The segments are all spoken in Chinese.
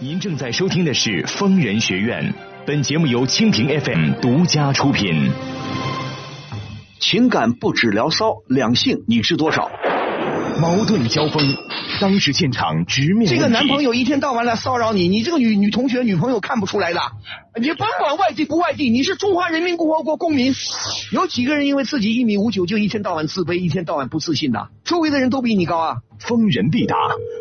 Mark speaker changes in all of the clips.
Speaker 1: 您正在收听的是《疯人学院》，本节目由蜻蜓 FM 独家出品。
Speaker 2: 情感不止聊骚，两性你知多少？
Speaker 1: 矛盾交锋，当事现场直面
Speaker 3: 这个
Speaker 1: 问题
Speaker 3: 男朋友一天到晚来骚扰你，你这个女女同学、女朋友看不出来的。你甭管外地不外地，你是中华人民共和国公民，有几个人因为自己一米五九就一天到晚自卑、一天到晚不自信的？周围的人都比你高啊！
Speaker 1: 疯人必答，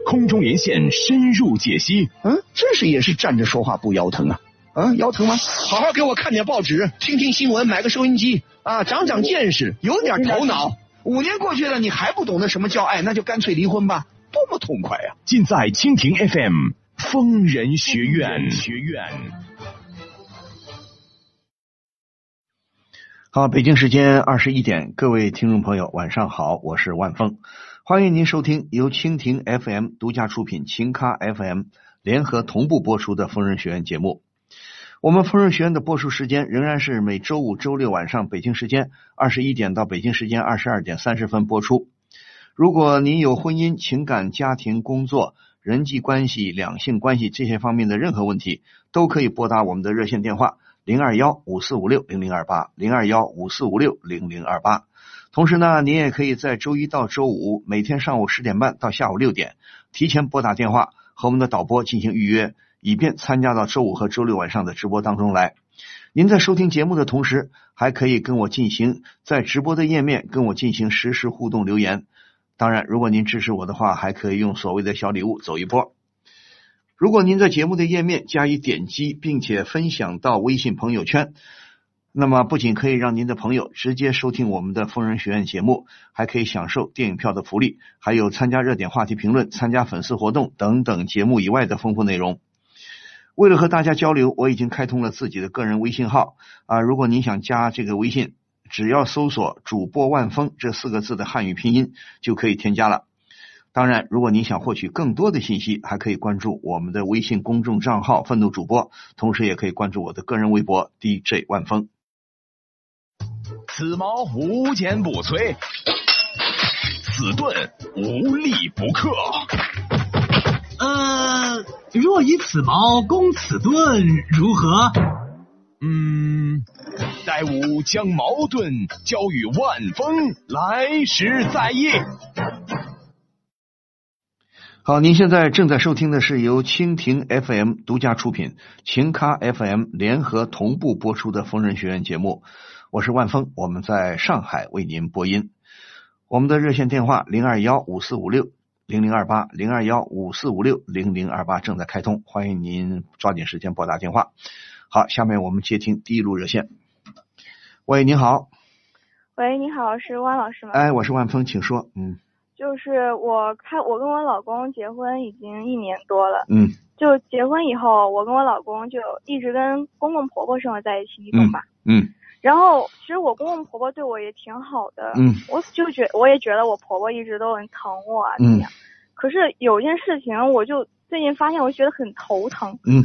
Speaker 1: 空中连线深入解析。
Speaker 3: 嗯，真是也是站着说话不腰疼啊！啊，腰疼吗？好好给我看点报纸，听听新闻，买个收音机啊，长长见识，有点头脑。五年过去了，你还不懂得什么叫爱，那就干脆离婚吧，多么痛快啊呀、
Speaker 1: 尽在蜻蜓 FM 疯人学院。学院，
Speaker 2: 好，北京时间二十一点，各位听众朋友，晚上好，我是万峰，欢迎您收听由蜻蜓 FM 独家出品、秦咖 FM 联合同步播出的《疯人学院》节目。我们《疯人学院》的播出时间仍然是每周五、周六晚上北京时间二十一点到北京时间二十二点三十分播出。如果您有婚姻、情感、家庭、工作、人际关系、两性关系这些方面的任何问题，都可以拨打我们的热线电话零二幺五四五六零零二八零二幺五四五六零零二八。同时呢，您也可以在周一到周五每天上午十点半到下午六点，提前拨打电话和我们的导播进行预约，以便参加到周五和周六晚上的直播当中来。您在收听节目的同时，还可以跟我进行在直播的页面跟我进行实时互动留言。当然，如果您支持我的话，还可以用所谓的小礼物走一波。如果您在节目的页面加以点击，并且分享到微信朋友圈，那么不仅可以让您的朋友直接收听我们的疯人学院节目，还可以享受电影票的福利，还有参加热点话题评论、参加粉丝活动等等节目以外的丰富内容。为了和大家交流，我已经开通了自己的个人微信号啊、如果您想加这个微信，只要搜索“主播万峰”这四个字的汉语拼音就可以添加了。当然，如果您想获取更多的信息，还可以关注我们的微信公众账号“愤怒主播”，同时也可以关注我的个人微博 “DJ 万峰
Speaker 1: 此矛无坚不摧，此盾无力不克。
Speaker 4: 呃，若以此矛攻此盾，如何？
Speaker 1: 嗯，待吾将矛盾交与万峰，来时再议。”。
Speaker 2: 好，您现在正在收听的是由蜻蜓 FM 独家出品、情咖 FM 联合同步播出的《疯人学院》节目，我是万峰，我们在上海为您播音。我们的热线电话零二幺五四五六零零二八零二幺五四五六零零二八正在开通，欢迎您抓紧时间拨打电话。好，下面我们接听第一路热线。喂，您好，
Speaker 5: 喂，你好，是汪老师吗？
Speaker 2: 哎，我是万峰，请说。嗯
Speaker 5: 就是我看我跟我老公结婚已经一年多了，
Speaker 2: 嗯
Speaker 5: 就结婚以后，我跟我老公就一直跟公公婆婆生活在一起，你懂吧？
Speaker 2: 嗯
Speaker 5: 然后其实我公公婆婆对我也挺好的，
Speaker 2: 嗯
Speaker 5: 我就觉我也觉得我婆婆一直都很疼我啊，
Speaker 2: 嗯
Speaker 5: 这样。可是有一件事情，我就最近发现，我觉得很头疼，
Speaker 2: 嗯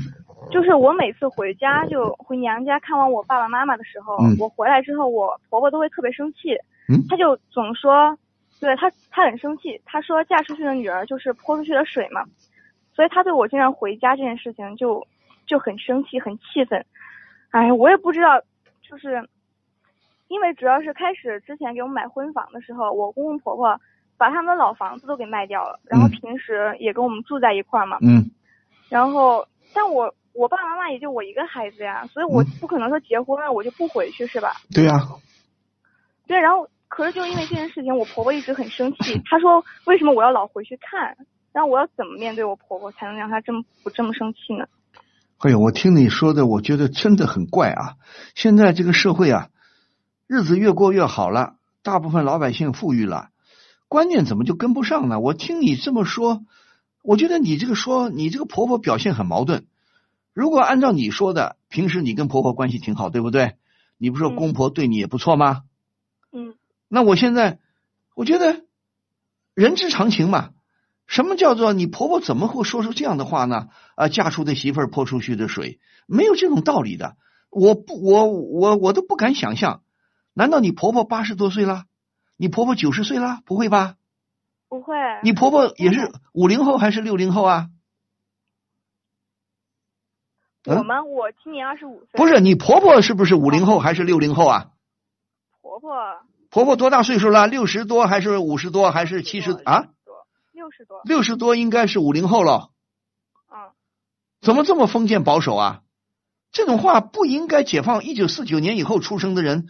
Speaker 5: 就是我每次回家就回娘家看望我爸爸妈妈的时候，
Speaker 2: 嗯
Speaker 5: 我回来之后，我婆婆都会特别生气，
Speaker 2: 嗯
Speaker 5: 她就总说，对她她很生气，她说嫁出去的女儿就是泼出去的水嘛，所以她对我经常回家这件事情就就很生气，很气愤。哎，我也不知道，就是因为主要是开始之前给我们买婚房的时候，我公公婆婆把他们的老房子都给卖掉了，然后
Speaker 2: 嗯
Speaker 5: 平时也跟我们住在一块儿嘛。
Speaker 2: 嗯
Speaker 5: 然后，但我我爸爸妈妈也就我一个孩子呀，所以我
Speaker 2: 嗯
Speaker 5: 不可能说结婚了我就不回去是吧？
Speaker 2: 对啊呀、
Speaker 5: 对，然后可是就因为这件事情，我婆婆一直很生气，她说为什么我要老回去看？然后我要怎么面对我婆婆才能让她这么不这么生气呢？
Speaker 2: 哎呦，我听你说的，我觉得真的很怪啊！现在这个社会啊，日子越过越好了，大部分老百姓富裕了，观念怎么就跟不上呢？我听你这么说，我觉得你这个说你这个婆婆表现很矛盾。如果按照你说的，平时你跟婆婆关系挺好，对不对？你不是说
Speaker 5: 嗯
Speaker 2: 公婆对你也不错吗？
Speaker 5: 嗯
Speaker 2: 那我现在我觉得人之常情嘛。什么叫做你婆婆怎么会说出这样的话呢？啊，嫁出的媳妇儿泼出去的水，没有这种道理的。我不，我我我都不敢想象。难道你婆婆八十多岁了？你婆婆九十岁了？不会吧？
Speaker 5: 不会，
Speaker 2: 嗯你婆婆也是五零后还是六零后啊？
Speaker 5: 我吗？我今年二十五岁。
Speaker 2: 不是，你婆婆是不是五零后还是六零后啊？
Speaker 5: 婆婆
Speaker 2: 婆婆多大岁数了？六十多还是五十多还是七十啊？？
Speaker 5: 六十多，
Speaker 2: 六十多应该是五零后了，
Speaker 5: 嗯，
Speaker 2: 怎么这么封建保守啊？这种话不应该解放一九四九年以后出生的人，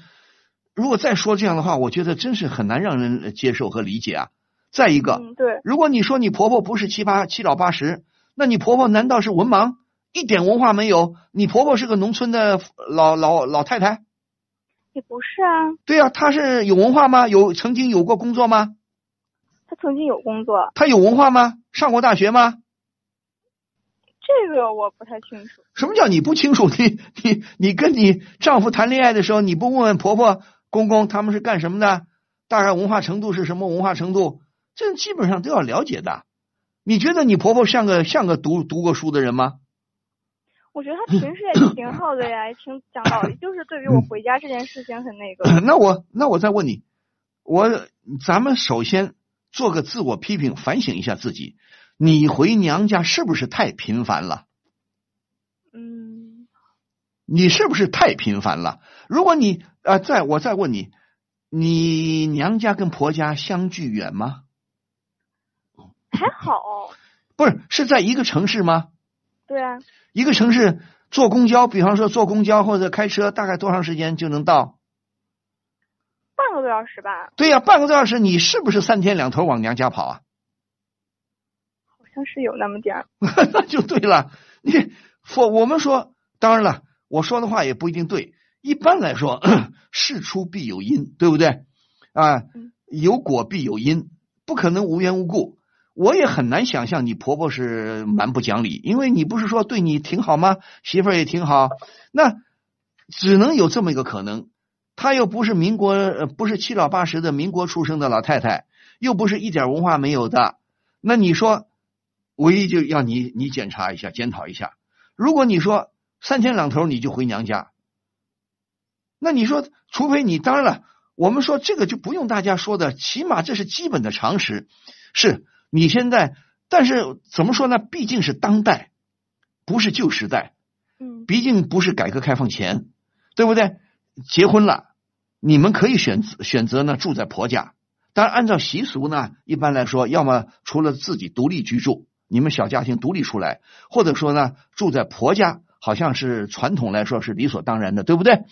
Speaker 2: 如果再说这样的话，我觉得真是很难让人呃接受和理解啊。再一个，
Speaker 5: 嗯，对，
Speaker 2: 如果你说你婆婆不是七八七老八十，那你婆婆难道是文盲，一点文化没有？你婆婆是个农村的老老老太太？
Speaker 5: 也不是啊。
Speaker 2: 对呀、她是有文化吗？有曾经有过工作吗？
Speaker 5: 他曾经有工作，
Speaker 2: 她有文化吗？上过大学吗？
Speaker 5: 这个我不太清楚。
Speaker 2: 什么叫你不清楚？ 你你你跟你丈夫谈恋爱的时候，你不问问婆婆公公他们是干什么的，大概文化程度是什么文化程度，这基本上都要了解的。你觉得你婆婆像个像个读读过书的人吗？
Speaker 5: 我觉得他平时也挺好的呀，也挺讲道理，就是对于我回家这件事情很那个。
Speaker 2: 那我那我再问你，我咱们首先做个自我批评，反省一下自己，你回娘家是不是太频繁了？
Speaker 5: 嗯，
Speaker 2: 你是不是太频繁了？如果你啊、呃，再我再问你，你娘家跟婆家相距远吗？
Speaker 5: 还好，
Speaker 2: 不是，是在一个城市吗？
Speaker 5: 对啊，
Speaker 2: 一个城市坐公交，比方说坐公交或者开车，大概多长时间就能到？
Speaker 5: 半个多小时吧，
Speaker 2: 对呀、半个多小时，你是不是三天两头往娘家跑啊？
Speaker 5: 好像是有那么点儿。
Speaker 2: 那就对了。你我我们说，当然了，我说的话也不一定对。一般来说， 事出必有因，对不对？啊
Speaker 5: 嗯，
Speaker 2: 有果必有因，不可能无缘无故。我也很难想象你婆婆是蛮不讲理，因为你不是说对你挺好吗？媳妇儿也挺好，那只能有这么一个可能。她又不是民国，呃不是七老八十的民国出生的老太太，又不是一点文化没有的，那你说，唯一就要你你检查一下，检讨一下。如果你说三天两头你就回娘家，那你说，除非你当然了，我们说这个就不用大家说的，起码这是基本的常识。是你现在，但是怎么说呢？毕竟是当代，不是旧时代，
Speaker 5: 嗯，
Speaker 2: 毕竟不是改革开放前，对不对？结婚了，你们可以选择选择呢住在婆家，但按照习俗呢，一般来说，要么除了自己独立居住，你们小家庭独立出来，或者说呢住在婆家，好像是传统来说是理所当然的，对不对？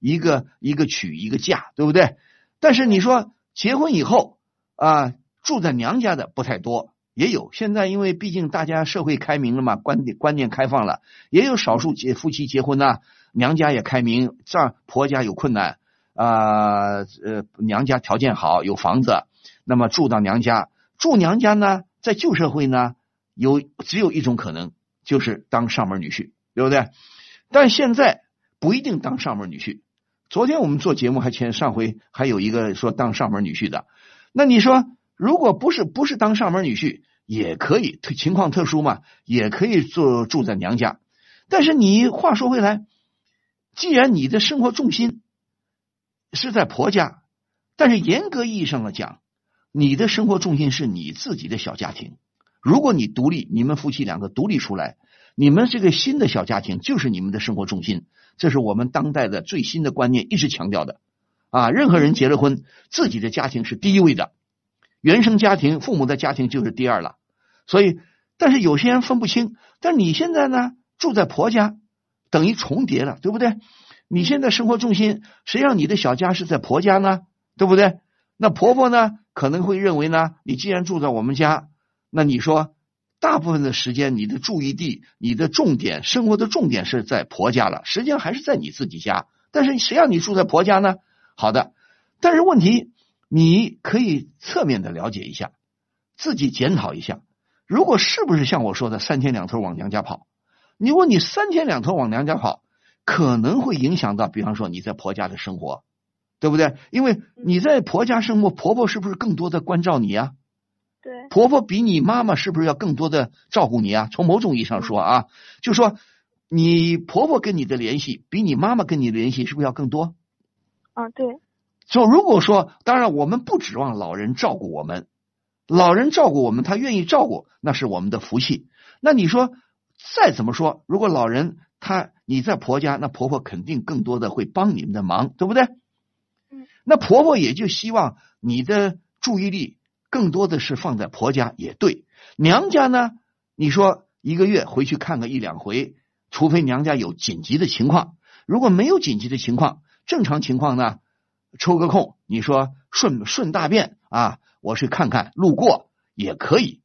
Speaker 2: 一个一个娶一个嫁，对不对？但是你说结婚以后啊、住在娘家的不太多，也有。现在因为毕竟大家社会开明了嘛，观点观念开放了，也有少数结夫妻结婚呐、啊娘家也开明，这儿婆家有困难啊，呃娘家条件好，有房子，那么住到娘家，住娘家呢，在旧社会呢，有只有一种可能，就是当上门女婿，对不对？但现在不一定当上门女婿。昨天我们做节目还前上回还有一个说当上门女婿的，那你说如果不是不是当上门女婿也可以，特情况特殊嘛，也可以做住在娘家。但是你话说回来，既然你的生活重心是在婆家，但是严格意义上的讲，你的生活重心是你自己的小家庭。如果你独立，你们夫妻两个独立出来，你们这个新的小家庭就是你们的生活重心，这是我们当代的最新的观念一直强调的。啊，任何人结了婚，自己的家庭是第一位的，原生家庭、父母的家庭就是第二了。所以，但是有些人分不清。但你现在呢，住在婆家，等于重叠了，对不对？你现在生活重心，谁让你的小家是在婆家呢？对不对？那婆婆呢，可能会认为呢，你既然住在我们家，那你说大部分的时间，你的注意地、你的重点、生活的重点是在婆家了，实际上还是在你自己家。但是谁让你住在婆家呢？好的，但是问题你可以侧面的了解一下，自己检讨一下，如果是不是像我说的三天两头往娘家跑？你问你三天两头往娘家跑，可能会影响到，比方说你在婆家的生活，对不对？因为你在婆家生活，婆婆是不是更多的关照你啊？
Speaker 5: 对，
Speaker 2: 婆婆比你妈妈是不是要更多的照顾你啊？从某种意义上说啊，就说你婆婆跟你的联系比你妈妈跟你的联系是不是要更多？
Speaker 5: 啊，对，
Speaker 2: 就如果说，当然我们不指望老人照顾我们，老人照顾我们，他愿意照顾，那是我们的福气。那你说，再怎么说，如果老人她你在婆家，那婆婆肯定更多的会帮你们的忙，对不对？
Speaker 5: 嗯。
Speaker 2: 那婆婆也就希望你的注意力更多的是放在婆家，也对。娘家呢，你说一个月回去看个一两回，除非娘家有紧急的情况，如果没有紧急的情况，正常情况呢，抽个空，你说顺顺大便啊，我去看看，路过也可以。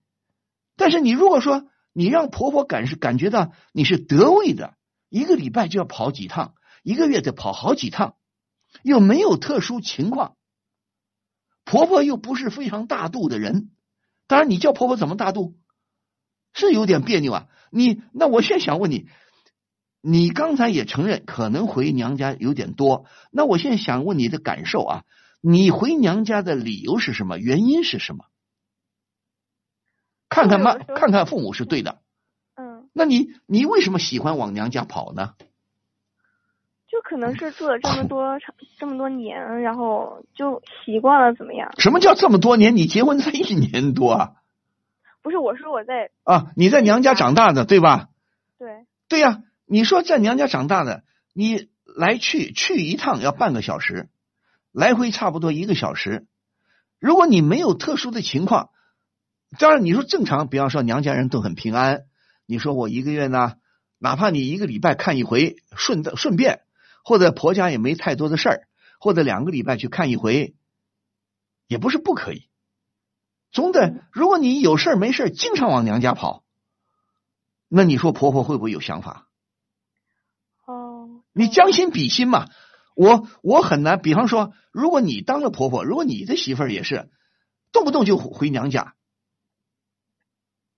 Speaker 2: 但是你如果说你让婆婆感是感觉到你是得位的，一个礼拜就要跑几趟，一个月得跑好几趟，又没有特殊情况，婆婆又不是非常大度的人，当然你叫婆婆怎么大度，是有点别扭啊。你那我现在想问你，你刚才也承认可能回娘家有点多，那我现在想问你的感受啊，你回娘家的理由是什么？原因是什么？看看妈，
Speaker 5: 我有的时候
Speaker 2: 看看父母是对的。
Speaker 5: 嗯，
Speaker 2: 那你你为什么喜欢往娘家跑呢？
Speaker 5: 就可能是住了这么多长这么多年，然后就习惯了怎么样？
Speaker 2: 什么叫这么多年？你结婚才一年多啊
Speaker 5: 不是，我说我在
Speaker 2: 啊！你在娘家长大的对吧？
Speaker 5: 对
Speaker 2: 对呀、你说在娘家长大的，你来去去一趟要半个小时，来回差不多一个小时。如果你没有特殊的情况，当然你说正常，比方说娘家人都很平安，你说我一个月呢，哪怕你一个礼拜看一回，顺的顺便，或者婆家也没太多的事儿，或者两个礼拜去看一回，也不是不可以。总得，如果你有事儿没事儿经常往娘家跑，那你说婆婆会不会有想法？
Speaker 5: 哦，
Speaker 2: 你将心比心嘛。我我很难，比方说，如果你当了婆婆，如果你的媳妇儿也是动不动就回娘家，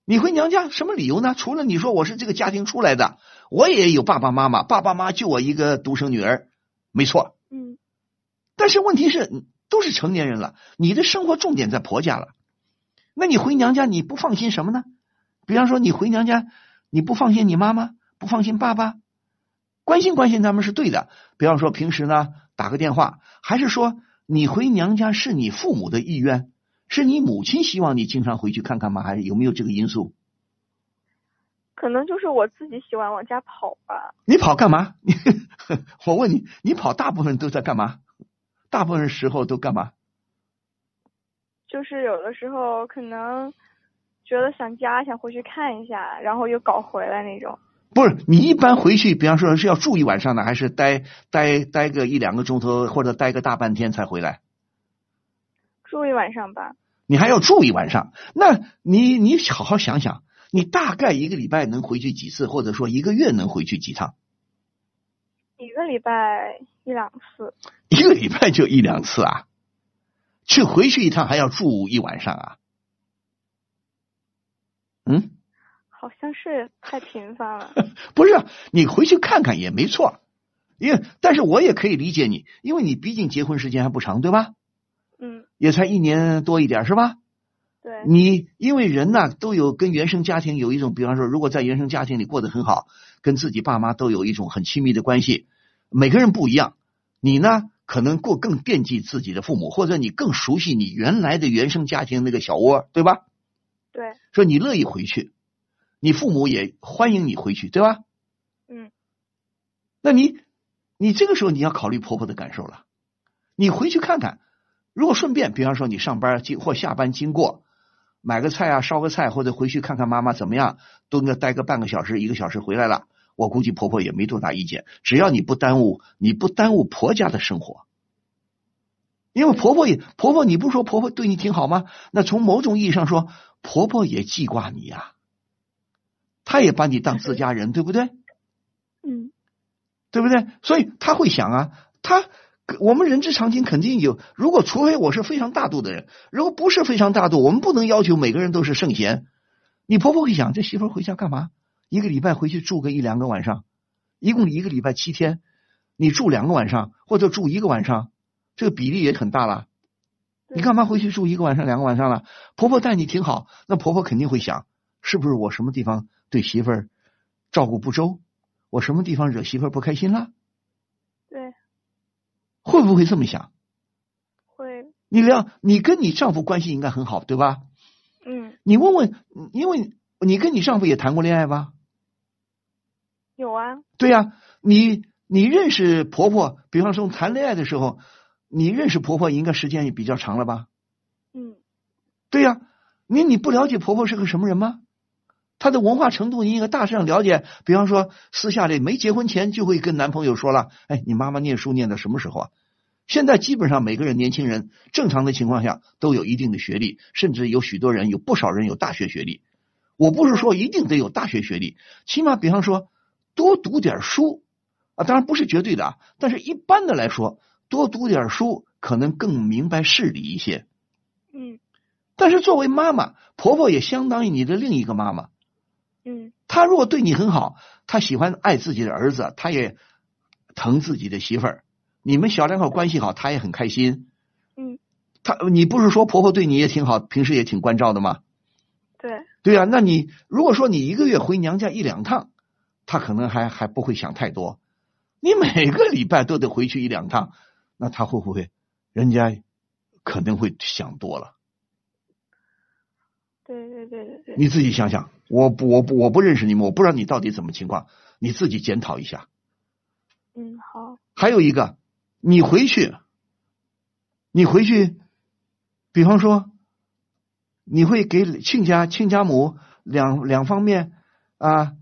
Speaker 2: 你回娘家什么理由呢？除了你说我是这个家庭出来的，我也有爸爸妈妈，爸爸妈妈就我一个独生女儿，没错。
Speaker 5: 嗯
Speaker 2: 但是问题是，都是成年人了，你的生活重点在婆家了，那你回娘家你不放心什么呢？比方说，你回娘家你不放心你妈妈，不放心爸爸，关心关心他们是对的。比方说，平时呢打个电话，还是说你回娘家是你父母的意愿，是你母亲希望你经常回去看看吗？还是有没有这个因素？
Speaker 5: 可能就是我自己喜欢往家跑吧。
Speaker 2: 你跑干嘛？ 你我问你，你跑大部分都在干嘛？大部分时候都干嘛？
Speaker 5: 就是有的时候可能觉得想家，想回去看一下，然后又搞回来那种。
Speaker 2: 不是你一般回去，比方说是要住一晚上呢，还是待待待个一两个钟头，或者待个大半天才回来？
Speaker 5: 住一晚上吧，
Speaker 2: 你还要住一晚上，那你你好好想想，你大概一个礼拜能回去几次，或者说一个月能回去几趟？
Speaker 5: 一个礼拜一两次。
Speaker 2: 一个礼拜就一两次啊？去回去一趟还要住一晚上啊？嗯，
Speaker 5: 好像是太频繁了，
Speaker 2: 不是，啊你回去看看也没错，因为但是我也可以理解你，因为你毕竟结婚时间还不长，对吧？
Speaker 5: 嗯，
Speaker 2: 也才一年多一点，是吧？
Speaker 5: 对，
Speaker 2: 你因为人呐、都有跟原生家庭有一种，比方说，如果在原生家庭里过得很好，跟自己爸妈都有一种很亲密的关系，每个人不一样。你呢，可能过更惦记自己的父母，或者你更熟悉你原来的原生家庭那个小窝，对吧？
Speaker 5: 对，
Speaker 2: 说你乐意回去，你父母也欢迎你回去，对吧？
Speaker 5: 嗯，
Speaker 2: 那你你这个时候你要考虑婆婆的感受了，你回去看看，如果顺便，比方说你上班经或下班经过，买个菜啊，烧个菜，或者回去看看妈妈怎么样，蹲个待个半个小时一个小时回来了，我估计婆婆也没多大意见，只要你不耽误你不耽误婆家的生活。因为婆婆也婆婆，你不说婆婆对你挺好吗？那从某种意义上说，婆婆也记挂你呀、她也把你当自家人，对不对？
Speaker 5: 嗯，
Speaker 2: 对不对？所以他会想啊，他我们人之常情，肯定有。如果除非我是非常大度的人，如果不是非常大度，我们不能要求每个人都是圣贤。你婆婆会想，这媳妇儿回家干嘛？一个礼拜回去住个一两个晚上，一共一个礼拜七天，你住两个晚上或者住一个晚上，这个比例也很大了。
Speaker 5: 对
Speaker 2: 你干嘛回去住一个晚上、两个晚上了？婆婆待你挺好，那婆婆肯定会想，是不是我什么地方对媳妇儿照顾不周？我什么地方惹媳妇儿不开心了？
Speaker 5: 对，
Speaker 2: 会不会这么想？
Speaker 5: 会，
Speaker 2: 你俩，你跟你丈夫关系应该很好，对吧？
Speaker 5: 嗯，
Speaker 2: 你问问，因为你跟你丈夫也谈过恋爱吧？
Speaker 5: 有啊，
Speaker 2: 对呀、你你认识婆婆，比方说谈恋爱的时候，你认识婆婆应该时间也比较长了吧？
Speaker 5: 嗯，
Speaker 2: 对呀、你你不了解婆婆是个什么人吗？她的文化程度你应该大致上了解。比方说，私下里没结婚前就会跟男朋友说了：“哎，你妈妈念书念到什么时候啊？”现在基本上每个人年轻人正常的情况下都有一定的学历，甚至有许多人有不少人有大学学历。我不是说一定得有大学学历，起码比方说多读点书啊，当然不是绝对的啊，但是一般的来说，多读点书可能更明白事理一些。
Speaker 5: 嗯
Speaker 2: 但是作为妈妈，婆婆也相当于你的另一个妈妈。
Speaker 5: 嗯
Speaker 2: 她如果对你很好，她喜欢爱自己的儿子，她也疼自己的媳妇儿。你们小两口关系好，她也很开心。
Speaker 5: 嗯，
Speaker 2: 她你不是说婆婆对你也挺好，平时也挺关照的吗？
Speaker 5: 对，
Speaker 2: 对呀、那你如果说你一个月回娘家一两趟，她可能还还不会想太多。你每个礼拜都得回去一两趟，那她会不会人家可能会想多了？
Speaker 5: 对对对对对，
Speaker 2: 你自己想想，我不我不我不认识你们，我不知道你到底怎么情况，你自己检讨一下。
Speaker 5: 嗯好，
Speaker 2: 还有一个，你回去，你回去，比方说，你会给亲家亲家母两两方面啊，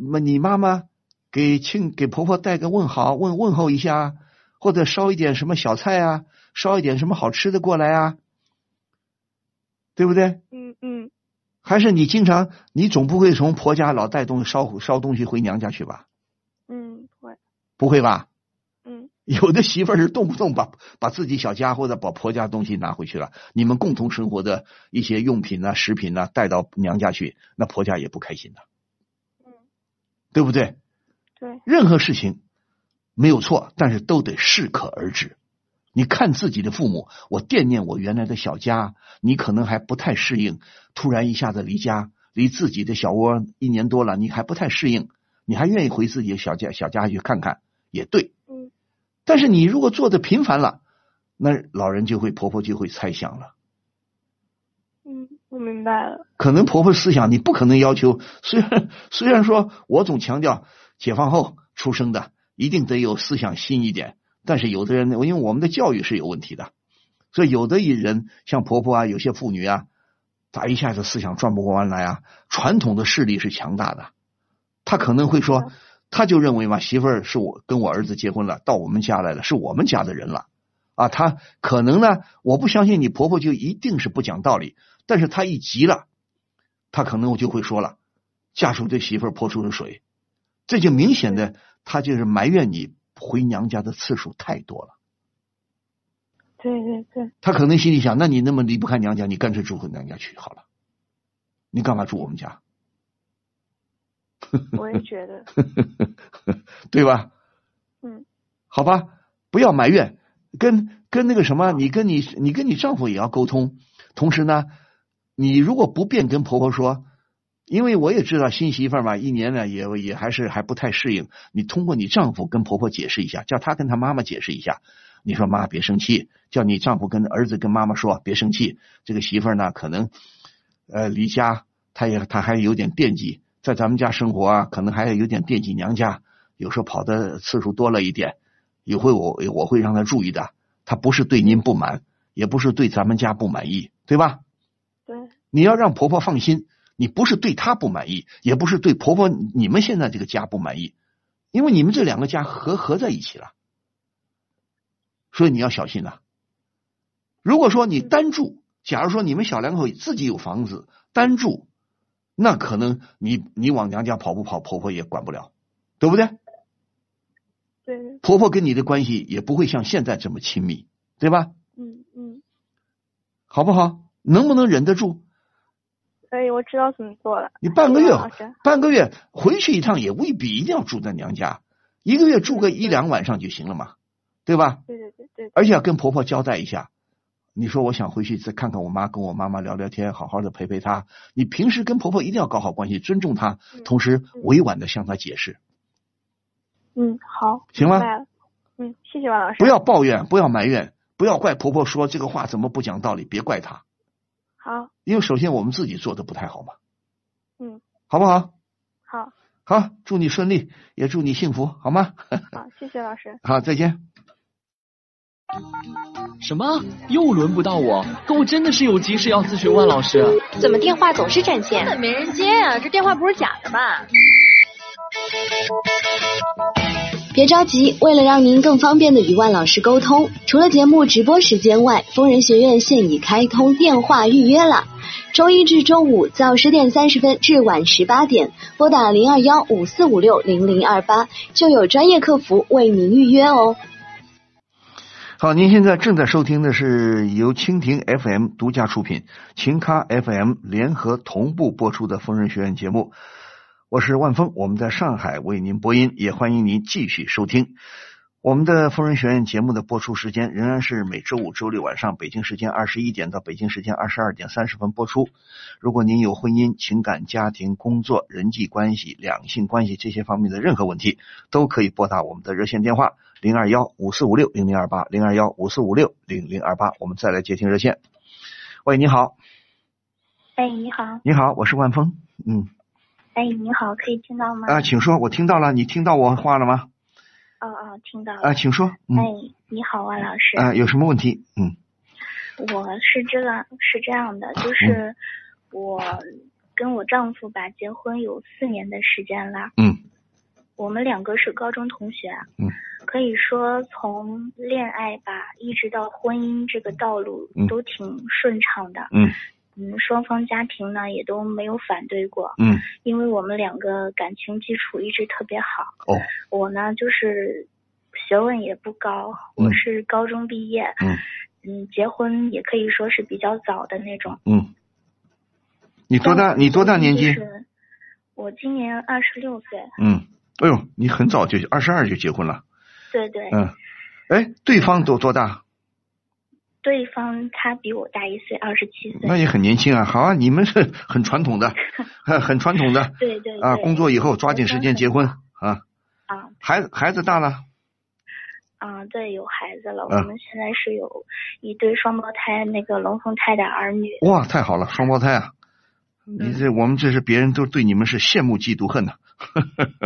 Speaker 2: 么你妈妈给亲给婆婆带个问好，问问候一下，或者烧一点什么小菜啊，烧一点什么好吃的过来啊，对不对？
Speaker 5: 嗯嗯
Speaker 2: 还是你经常，你总不会从婆家老带东西烧烧东西回娘家去吧？
Speaker 5: 嗯不会，
Speaker 2: 不会吧？
Speaker 5: 嗯
Speaker 2: 有的媳妇儿是动不动把把自己小家或者把婆家东西拿回去了，你们共同生活的一些用品呐、啊食品呐、带到娘家去，那婆家也不开心的，
Speaker 5: 嗯
Speaker 2: 对不对？
Speaker 5: 对，
Speaker 2: 任何事情没有错，但是都得适可而止。你看自己的父母，我惦念我原来的小家，你可能还不太适应，突然一下子离家，离自己的小窝一年多了，你还不太适应，你还愿意回自己的小家小家去看看，也对。
Speaker 5: 嗯
Speaker 2: 但是你如果做的频繁了，那老人就会婆婆就会猜想了。
Speaker 5: 嗯我明白了，
Speaker 2: 可能婆婆思想，你不可能要求。虽然虽然说我总强调解放后出生的一定得有思想新一点，但是有的人，因为我们的教育是有问题的，所以有的人像婆婆啊，有些妇女啊，她一下子思想转不过弯来啊。传统的势力是强大的，她可能会说，她就认为嘛，媳妇儿是我跟我儿子结婚了，到我们家来了，是我们家的人了。啊，她可能呢，我不相信你婆婆就一定是不讲道理，但是她一急了，他可能就会说了，嫁出对媳妇儿泼出的水，这就明显的他就是埋怨你回娘家的次数太多了。
Speaker 5: 对对对，
Speaker 2: 他可能心里想，那你那么离不开娘家，你干脆住回娘家去好了，你干嘛住我们家，
Speaker 5: 我也觉得，
Speaker 2: 对吧？
Speaker 5: 嗯
Speaker 2: 好吧，不要埋怨，跟跟那个什么，你跟你你跟你丈夫也要沟通。同时呢，你如果不便跟婆婆说，因为我也知道新媳妇儿嘛，一年呢也也还是还不太适应。你通过你丈夫跟婆婆解释一下，叫她跟她妈妈解释一下。你说妈别生气，叫你丈夫跟儿子跟妈妈说别生气，这个媳妇儿呢可能呃离家，她也她还有点惦记，在咱们家生活啊，可能还有点惦记娘家，有时候跑的次数多了一点，也会我我会让她注意的，她不是对您不满，也不是对咱们家不满意，对吧？
Speaker 5: 对，
Speaker 2: 你要让婆婆放心，你不是对她不满意，也不是对婆婆你们现在这个家不满意，因为你们这两个家合合在一起了，所以你要小心了、如果说你单住，假如说你们小两口自己有房子单住，那可能你你往娘家跑不跑，婆婆也管不了，对不对？
Speaker 5: 对对，
Speaker 2: 婆婆跟你的关系也不会像现在这么亲密，对吧？
Speaker 5: 嗯嗯，
Speaker 2: 好不好？能不能忍得住？
Speaker 5: 所以我知道怎么做了。
Speaker 2: 你半个月
Speaker 5: 谢谢老师，
Speaker 2: 半个月回去一趟也未必一定要住在娘家，一个月住个一两晚上就行了嘛，对吧？
Speaker 5: 对对对对，
Speaker 2: 而且要跟婆婆交代一下，你说我想回去再看看我妈，跟我妈妈聊聊天，好好的陪陪她。你平时跟婆婆一定要搞好关系，尊重她，
Speaker 5: 嗯
Speaker 2: 同时委婉的向她解释，
Speaker 5: 嗯好，
Speaker 2: 行吗
Speaker 5: 明白了，嗯，谢谢王老师。
Speaker 2: 不要抱怨，不要埋怨，不要怪婆婆说这个话怎么不讲道理，别怪她，
Speaker 5: 好，
Speaker 2: 因为首先我们自己做的不太好嘛，
Speaker 5: 嗯，
Speaker 2: 好不好？
Speaker 5: 好，
Speaker 2: 好，祝你顺利，也祝你幸福，好吗？
Speaker 5: 好，谢谢老师。
Speaker 2: 好，再见。
Speaker 6: 什么？又轮不到我？可我真的是有急事要咨询万老师。啊
Speaker 7: 怎么电话总是占线？
Speaker 8: 根本没人接呀、这电话不是假的吧？
Speaker 7: 别着急，为了让您更方便的与万老师沟通，除了节目直播时间外，疯人学院现已开通电话预约了。周一至周五早十点三十分至晚十八点，拨打零二幺五四五六零零二八，就有专业客服为您预约哦。
Speaker 2: 好，您现在正在收听的是由蜻蜓 FM 独家出品、秦咖 FM 联合同步播出的《疯人学院》节目，我是万峰，我们在上海为您播音，也欢迎您继续收听。我们的《疯人学院》节目的播出时间仍然是每周五、周六晚上北京时间二十一点到北京时间二十二点三十分播出。如果您有婚姻、情感、家庭、工作、人际关系、两性关系这些方面的任何问题，都可以拨打我们的热线电话零二幺五四五六零零二八零二幺五四五六零零二八，我们再来接听热线。喂，你好，
Speaker 9: 哎，你好，
Speaker 2: 你好，我是万峰，嗯
Speaker 9: 哎，你好，可以听到吗？
Speaker 2: 啊，请说，我听到了，你听到我话了吗？
Speaker 9: 哦哦，听到了。
Speaker 2: 啊，请说，
Speaker 9: 哎
Speaker 2: 嗯，，
Speaker 9: 你好啊，老师。
Speaker 2: 啊，有什么问题？嗯
Speaker 9: 我是这样，是这样的，就是我跟我丈夫吧，结婚有四年的时间了。
Speaker 2: 嗯。
Speaker 9: 我们两个是高中同学。啊
Speaker 2: 嗯。
Speaker 9: 可以说，从恋爱吧，一直到婚姻这个道路
Speaker 2: 嗯，
Speaker 9: 都挺顺畅的。
Speaker 2: 嗯
Speaker 9: 嗯，双方家庭呢也都没有反对过，
Speaker 2: 嗯，
Speaker 9: 因为我们两个感情基础一直特别好。
Speaker 2: 哦，
Speaker 9: 我呢就是学问也不高，
Speaker 2: 嗯
Speaker 9: 我是高中毕业，
Speaker 2: 嗯
Speaker 9: 嗯，结婚也可以说是比较早的那种。
Speaker 2: 嗯，你多大？你多大年纪？
Speaker 9: 就是我今年二十六岁，
Speaker 2: 嗯，哎呦，你很早就二十二就结婚了，
Speaker 9: 对对，
Speaker 2: 嗯，哎，对方多多大？
Speaker 9: 对方他比我大一岁，二十七岁
Speaker 2: 那，也很年轻啊，好啊，你们是很传统 的，很很传统的
Speaker 9: 对对对，
Speaker 2: 啊，工作以后抓紧时间结婚啊，
Speaker 9: 啊
Speaker 2: 孩子孩子大了，
Speaker 9: 啊，对，有孩子了，
Speaker 2: 嗯
Speaker 9: 我们现在是有一对双胞胎那个龙凤胎的儿女，
Speaker 2: 哇，太好了，双胞胎啊，你
Speaker 9: 嗯
Speaker 2: 这我们这是别人都对你们是羡慕嫉妒恨呐、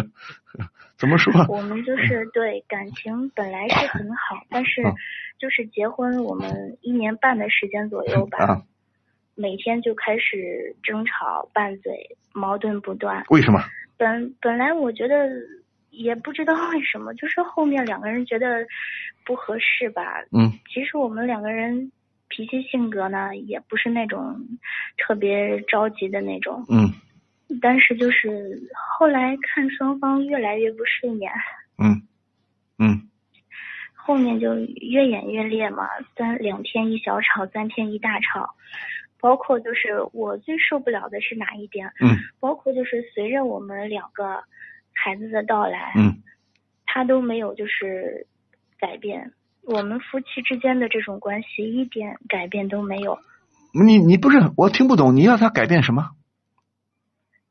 Speaker 2: 怎么说？
Speaker 9: 我们就是对感情本来是很好，但是
Speaker 2: 啊
Speaker 9: 就是结婚我们一年半的时间左右吧，
Speaker 2: 啊，
Speaker 9: 每天就开始争吵、拌嘴，矛盾不断。
Speaker 2: 为什么？
Speaker 9: 本本来我觉得也不知道为什么，就是后面两个人觉得不合适吧。
Speaker 2: 嗯
Speaker 9: 其实我们两个人脾气性格呢，也不是那种特别着急的那种，
Speaker 2: 嗯
Speaker 9: 但是就是后来看双方越来越不顺眼，
Speaker 2: 嗯嗯
Speaker 9: 后面就越演越烈嘛，三两天一小吵，三天一大吵。包括就是我最受不了的是哪一点？
Speaker 2: 嗯
Speaker 9: 包括就是随着我们两个孩子的到来，
Speaker 2: 嗯
Speaker 9: 他都没有就是改变。我们夫妻之间的这种关系一点改变都没有，
Speaker 2: 嗯，你你不是我听不懂，你要他改变什么？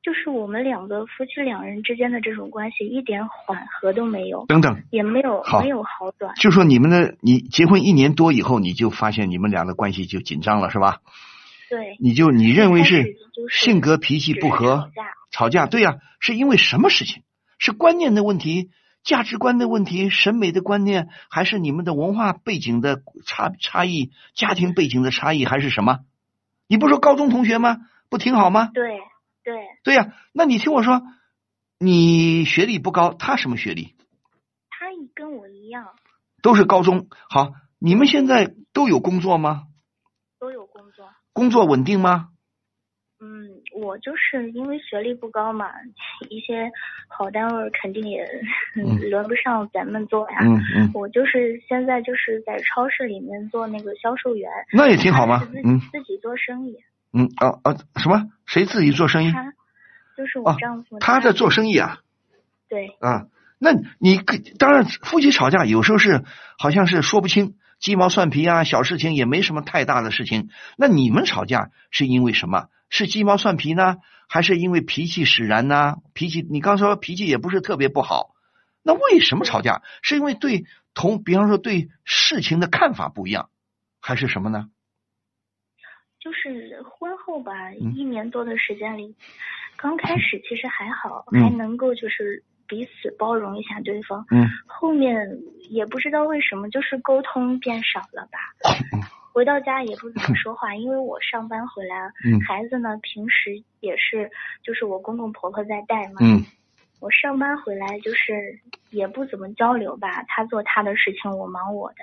Speaker 9: 就是我们两个夫妻两人之间的这种关系一点缓和都没有，
Speaker 2: 等等，
Speaker 9: 也没有
Speaker 2: 好
Speaker 9: 没有好转。
Speaker 2: 就说你们的，你结婚一年多以后，你就发现你们俩的关系就紧张了，是吧？
Speaker 9: 对，
Speaker 2: 你就你认为
Speaker 9: 一开
Speaker 2: 是
Speaker 9: 始就是
Speaker 2: 性格脾气不合
Speaker 9: 只是吵架嗯
Speaker 2: 吵架，对呀、是因为什么事情？是观念的问题、价值观的问题、审美的观念，还是你们的文化背景的差差异、家庭背景的差异，还是什么？你不是说高中同学吗？不挺好吗？
Speaker 9: 对对，
Speaker 2: 对呀、那你听我说，你学历不高，他什么学历？
Speaker 9: 他也跟我一样
Speaker 2: 都是高中。好，你们现在都有工作吗？
Speaker 9: 都有工作。
Speaker 2: 工作稳定吗？
Speaker 9: 嗯，我就是因为学历不高嘛，一些好单位肯定也
Speaker 2: 嗯
Speaker 9: 轮不上咱们做呀。
Speaker 2: 嗯嗯，
Speaker 9: 我就是现在就是在超市里面做那个销售员，
Speaker 2: 那也挺好嘛
Speaker 9: 他是自。己
Speaker 2: 嗯
Speaker 9: 自己做生意，
Speaker 2: 嗯啊啊，什么？谁自己做生意？
Speaker 9: 他就是我
Speaker 2: 哦
Speaker 9: 丈夫，
Speaker 2: 他在做生意啊
Speaker 9: 对
Speaker 2: 啊。那你可当然，夫妻吵架有时候是好像是说不清，鸡毛蒜皮啊，小事情也没什么太大的事情。那你们吵架是因为什么？是鸡毛蒜皮呢，还是因为脾气使然呢、脾气，你刚说脾气也不是特别不好，那为什么吵架？是因为对同，比方说对事情的看法不一样，还是什么呢？
Speaker 9: 就是婚后吧，
Speaker 2: 嗯
Speaker 9: 一年多的时间里，刚开始其实还好，
Speaker 2: 嗯
Speaker 9: 还能够就是彼此包容一下对方。
Speaker 2: 嗯，
Speaker 9: 后面也不知道为什么，就是沟通变少了吧。
Speaker 2: 嗯
Speaker 9: 回到家也不怎么说话，因为我上班回来，啊
Speaker 2: 嗯
Speaker 9: 孩子呢平时也是就是我公公婆婆在带嘛。
Speaker 2: 嗯
Speaker 9: 我上班回来就是也不怎么交流吧，他做他的事情，我忙我的。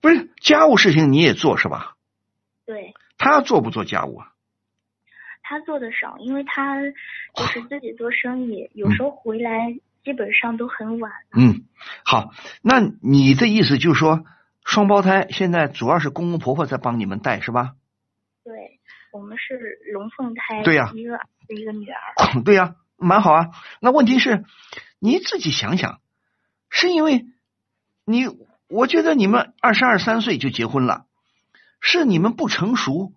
Speaker 2: 不是家务事情你也做是吧？
Speaker 9: 对
Speaker 2: 他做不做家务啊？
Speaker 9: 他做的少，因为 他就是自己做生意，有时候回来基本上都很晚。
Speaker 2: 嗯，好，那你的意思就是说，双胞胎现在主要是公公婆婆在帮你们带是吧？
Speaker 9: 对，我们是龙凤胎，
Speaker 2: 对呀
Speaker 9: 一个儿子一个女儿。
Speaker 2: 哦对呀、蛮好啊。那问题是，你自己想想，是因为你，我觉得你们二十二三岁就结婚了，是你们不成熟，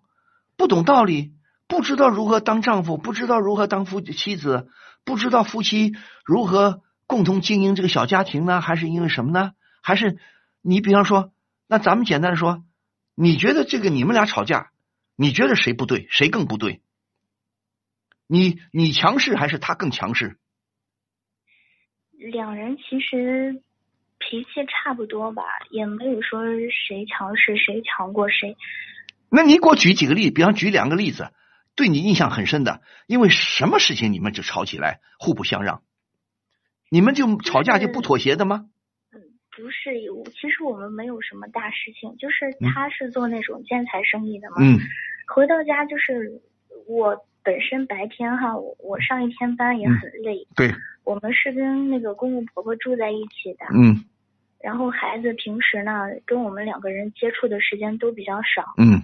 Speaker 2: 不懂道理，不知道如何当丈夫，不知道如何当夫妻子，不知道夫妻如何共同经营这个小家庭呢？还是因为什么呢？还是你比方说，那咱们简单的说，你觉得这个你们俩吵架，你觉得谁不对，谁更不对？你你强势还是他更强势？
Speaker 9: 两人其实脾气差不多吧，也没有说谁强势谁强过谁。
Speaker 2: 那你给我举几个例，比方举两个例子，对你印象很深的，因为什么事情你们就吵起来，互不相让，你们就吵架就不妥协的吗？
Speaker 9: 不是有，其实我们没有什么大事情，就是他是做那种建材生意的嘛。
Speaker 2: 嗯
Speaker 9: 回到家就是我本身白天哈，我我上一天班也很累。
Speaker 2: 嗯对。
Speaker 9: 我们是跟那个公公婆婆住在一起的，
Speaker 2: 嗯
Speaker 9: 然后孩子平时呢跟我们两个人接触的时间都比较少。
Speaker 2: 嗯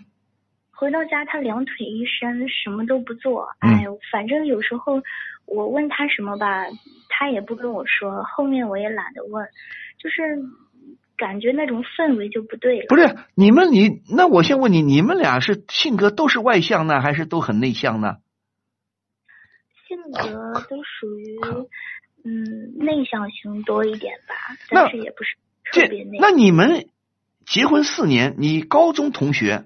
Speaker 9: 回到家他两腿一伸，什么都不做。
Speaker 2: 嗯
Speaker 9: 哎，反正有时候我问他什么吧，他也不跟我说，后面我也懒得问，就是感觉那种氛围就不对了。
Speaker 2: 不是你们你那我先问你，你们俩是性格都是外向呢，还是都很内向呢？
Speaker 9: 性格都属于
Speaker 2: 啊
Speaker 9: 嗯内向型多一点吧，
Speaker 2: 那
Speaker 9: 但是也不是特
Speaker 2: 这
Speaker 9: 别内
Speaker 2: 那
Speaker 9: 向。
Speaker 2: 你们结婚四年，你高中同学，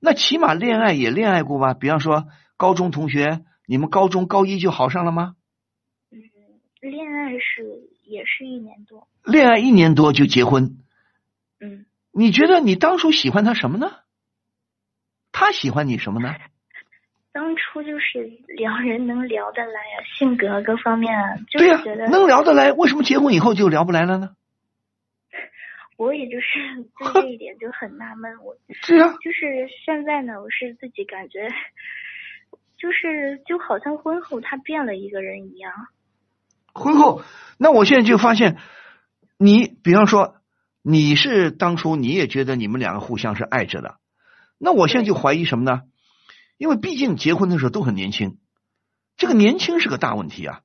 Speaker 2: 那起码恋爱也恋爱过吧？比方说高中同学，你们高中高一就好上了吗？
Speaker 9: 恋爱是也是一年多，
Speaker 2: 恋爱一年多就结婚，
Speaker 9: 嗯，
Speaker 2: 你觉得你当初喜欢他什么呢？他喜欢你什么呢？
Speaker 9: 当初就是两人能聊得来呀、性格各方面啊，就
Speaker 2: 对
Speaker 9: 是
Speaker 2: 呀、
Speaker 9: 觉得
Speaker 2: 能聊得来，为什么结婚以后就聊不来了呢？
Speaker 9: 我也就是 对这一点就很纳闷，我
Speaker 2: 对呀、
Speaker 9: 就是现在呢，我是自己感觉。 就是就好像婚后他变了一个人一样，
Speaker 2: 婚后，那我现在就发现，你比方说，你是当初你也觉得你们两个互相是爱着的，那我现在就怀疑什么呢？因为毕竟结婚的时候都很年轻，这个年轻是个大问题啊。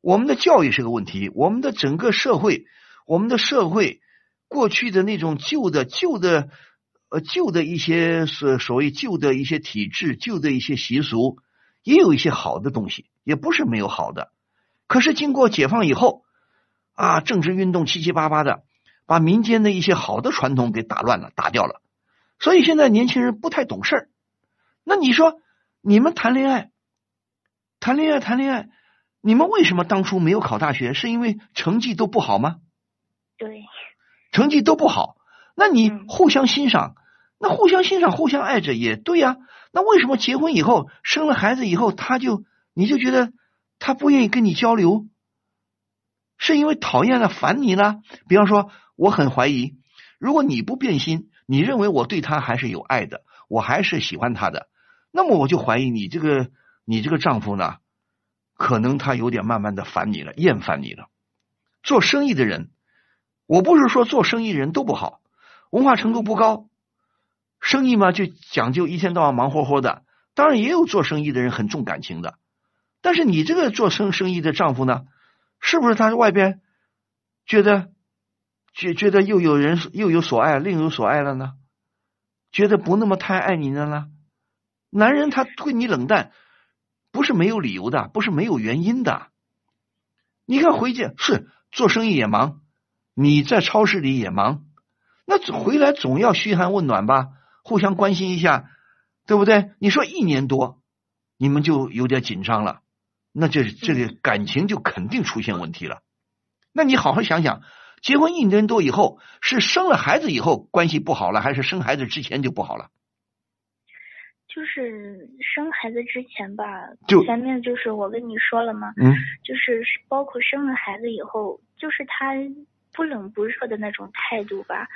Speaker 2: 我们的教育是个问题，我们的整个社会，我们的社会过去的那种旧的旧的呃旧的一些所所谓旧的一些体制、旧的一些习俗，也有一些好的东西，也不是没有好的。可是经过解放以后，啊，政治运动七七八八的，把民间的一些好的传统给打乱了、打掉了，所以现在年轻人不太懂事儿。那你说，你们谈恋爱，谈恋爱，谈恋爱，你们为什么当初没有考大学？是因为成绩都不好吗？
Speaker 9: 对，
Speaker 2: 成绩都不好，那你
Speaker 9: 嗯
Speaker 2: 互相欣赏，那互相欣赏、互相爱着也对呀、那为什么结婚以后、生了孩子以后，他就你就觉得他不愿意跟你交流，是因为讨厌了、烦你了？比方说，我很怀疑，如果你不变心，你认为我对他还是有爱的，我还是喜欢他的，那么我就怀疑你这个你这个丈夫呢，可能他有点慢慢的烦你了，厌烦你了。做生意的人，我不是说做生意人都不好，文化程度不高，生意嘛就讲究一天到晚忙活活的。当然也有做生意的人很重感情的，但是你这个做生生意的丈夫呢，是不是他外边觉得觉觉得又有人又有所爱，另有所爱了呢？觉得不那么太爱你了呢？男人他对你冷淡，不是没有理由的，不是没有原因的。你看回去是做生意也忙，你在超市里也忙，那总回来总要嘘寒问暖吧，互相关心一下，对不对？你说一年多，你们就有点紧张了，那这这个感情就肯定出现问题了。那你好好想想，结婚一年多以后，是生了孩子以后关系不好了，还是生孩子之前就不好了？
Speaker 9: 就是生孩子之前吧，
Speaker 2: 就
Speaker 9: 前面就是我跟你说了嘛，
Speaker 2: 嗯，
Speaker 9: 就是包括生了孩子以后，就是他不冷不热的那种态度吧。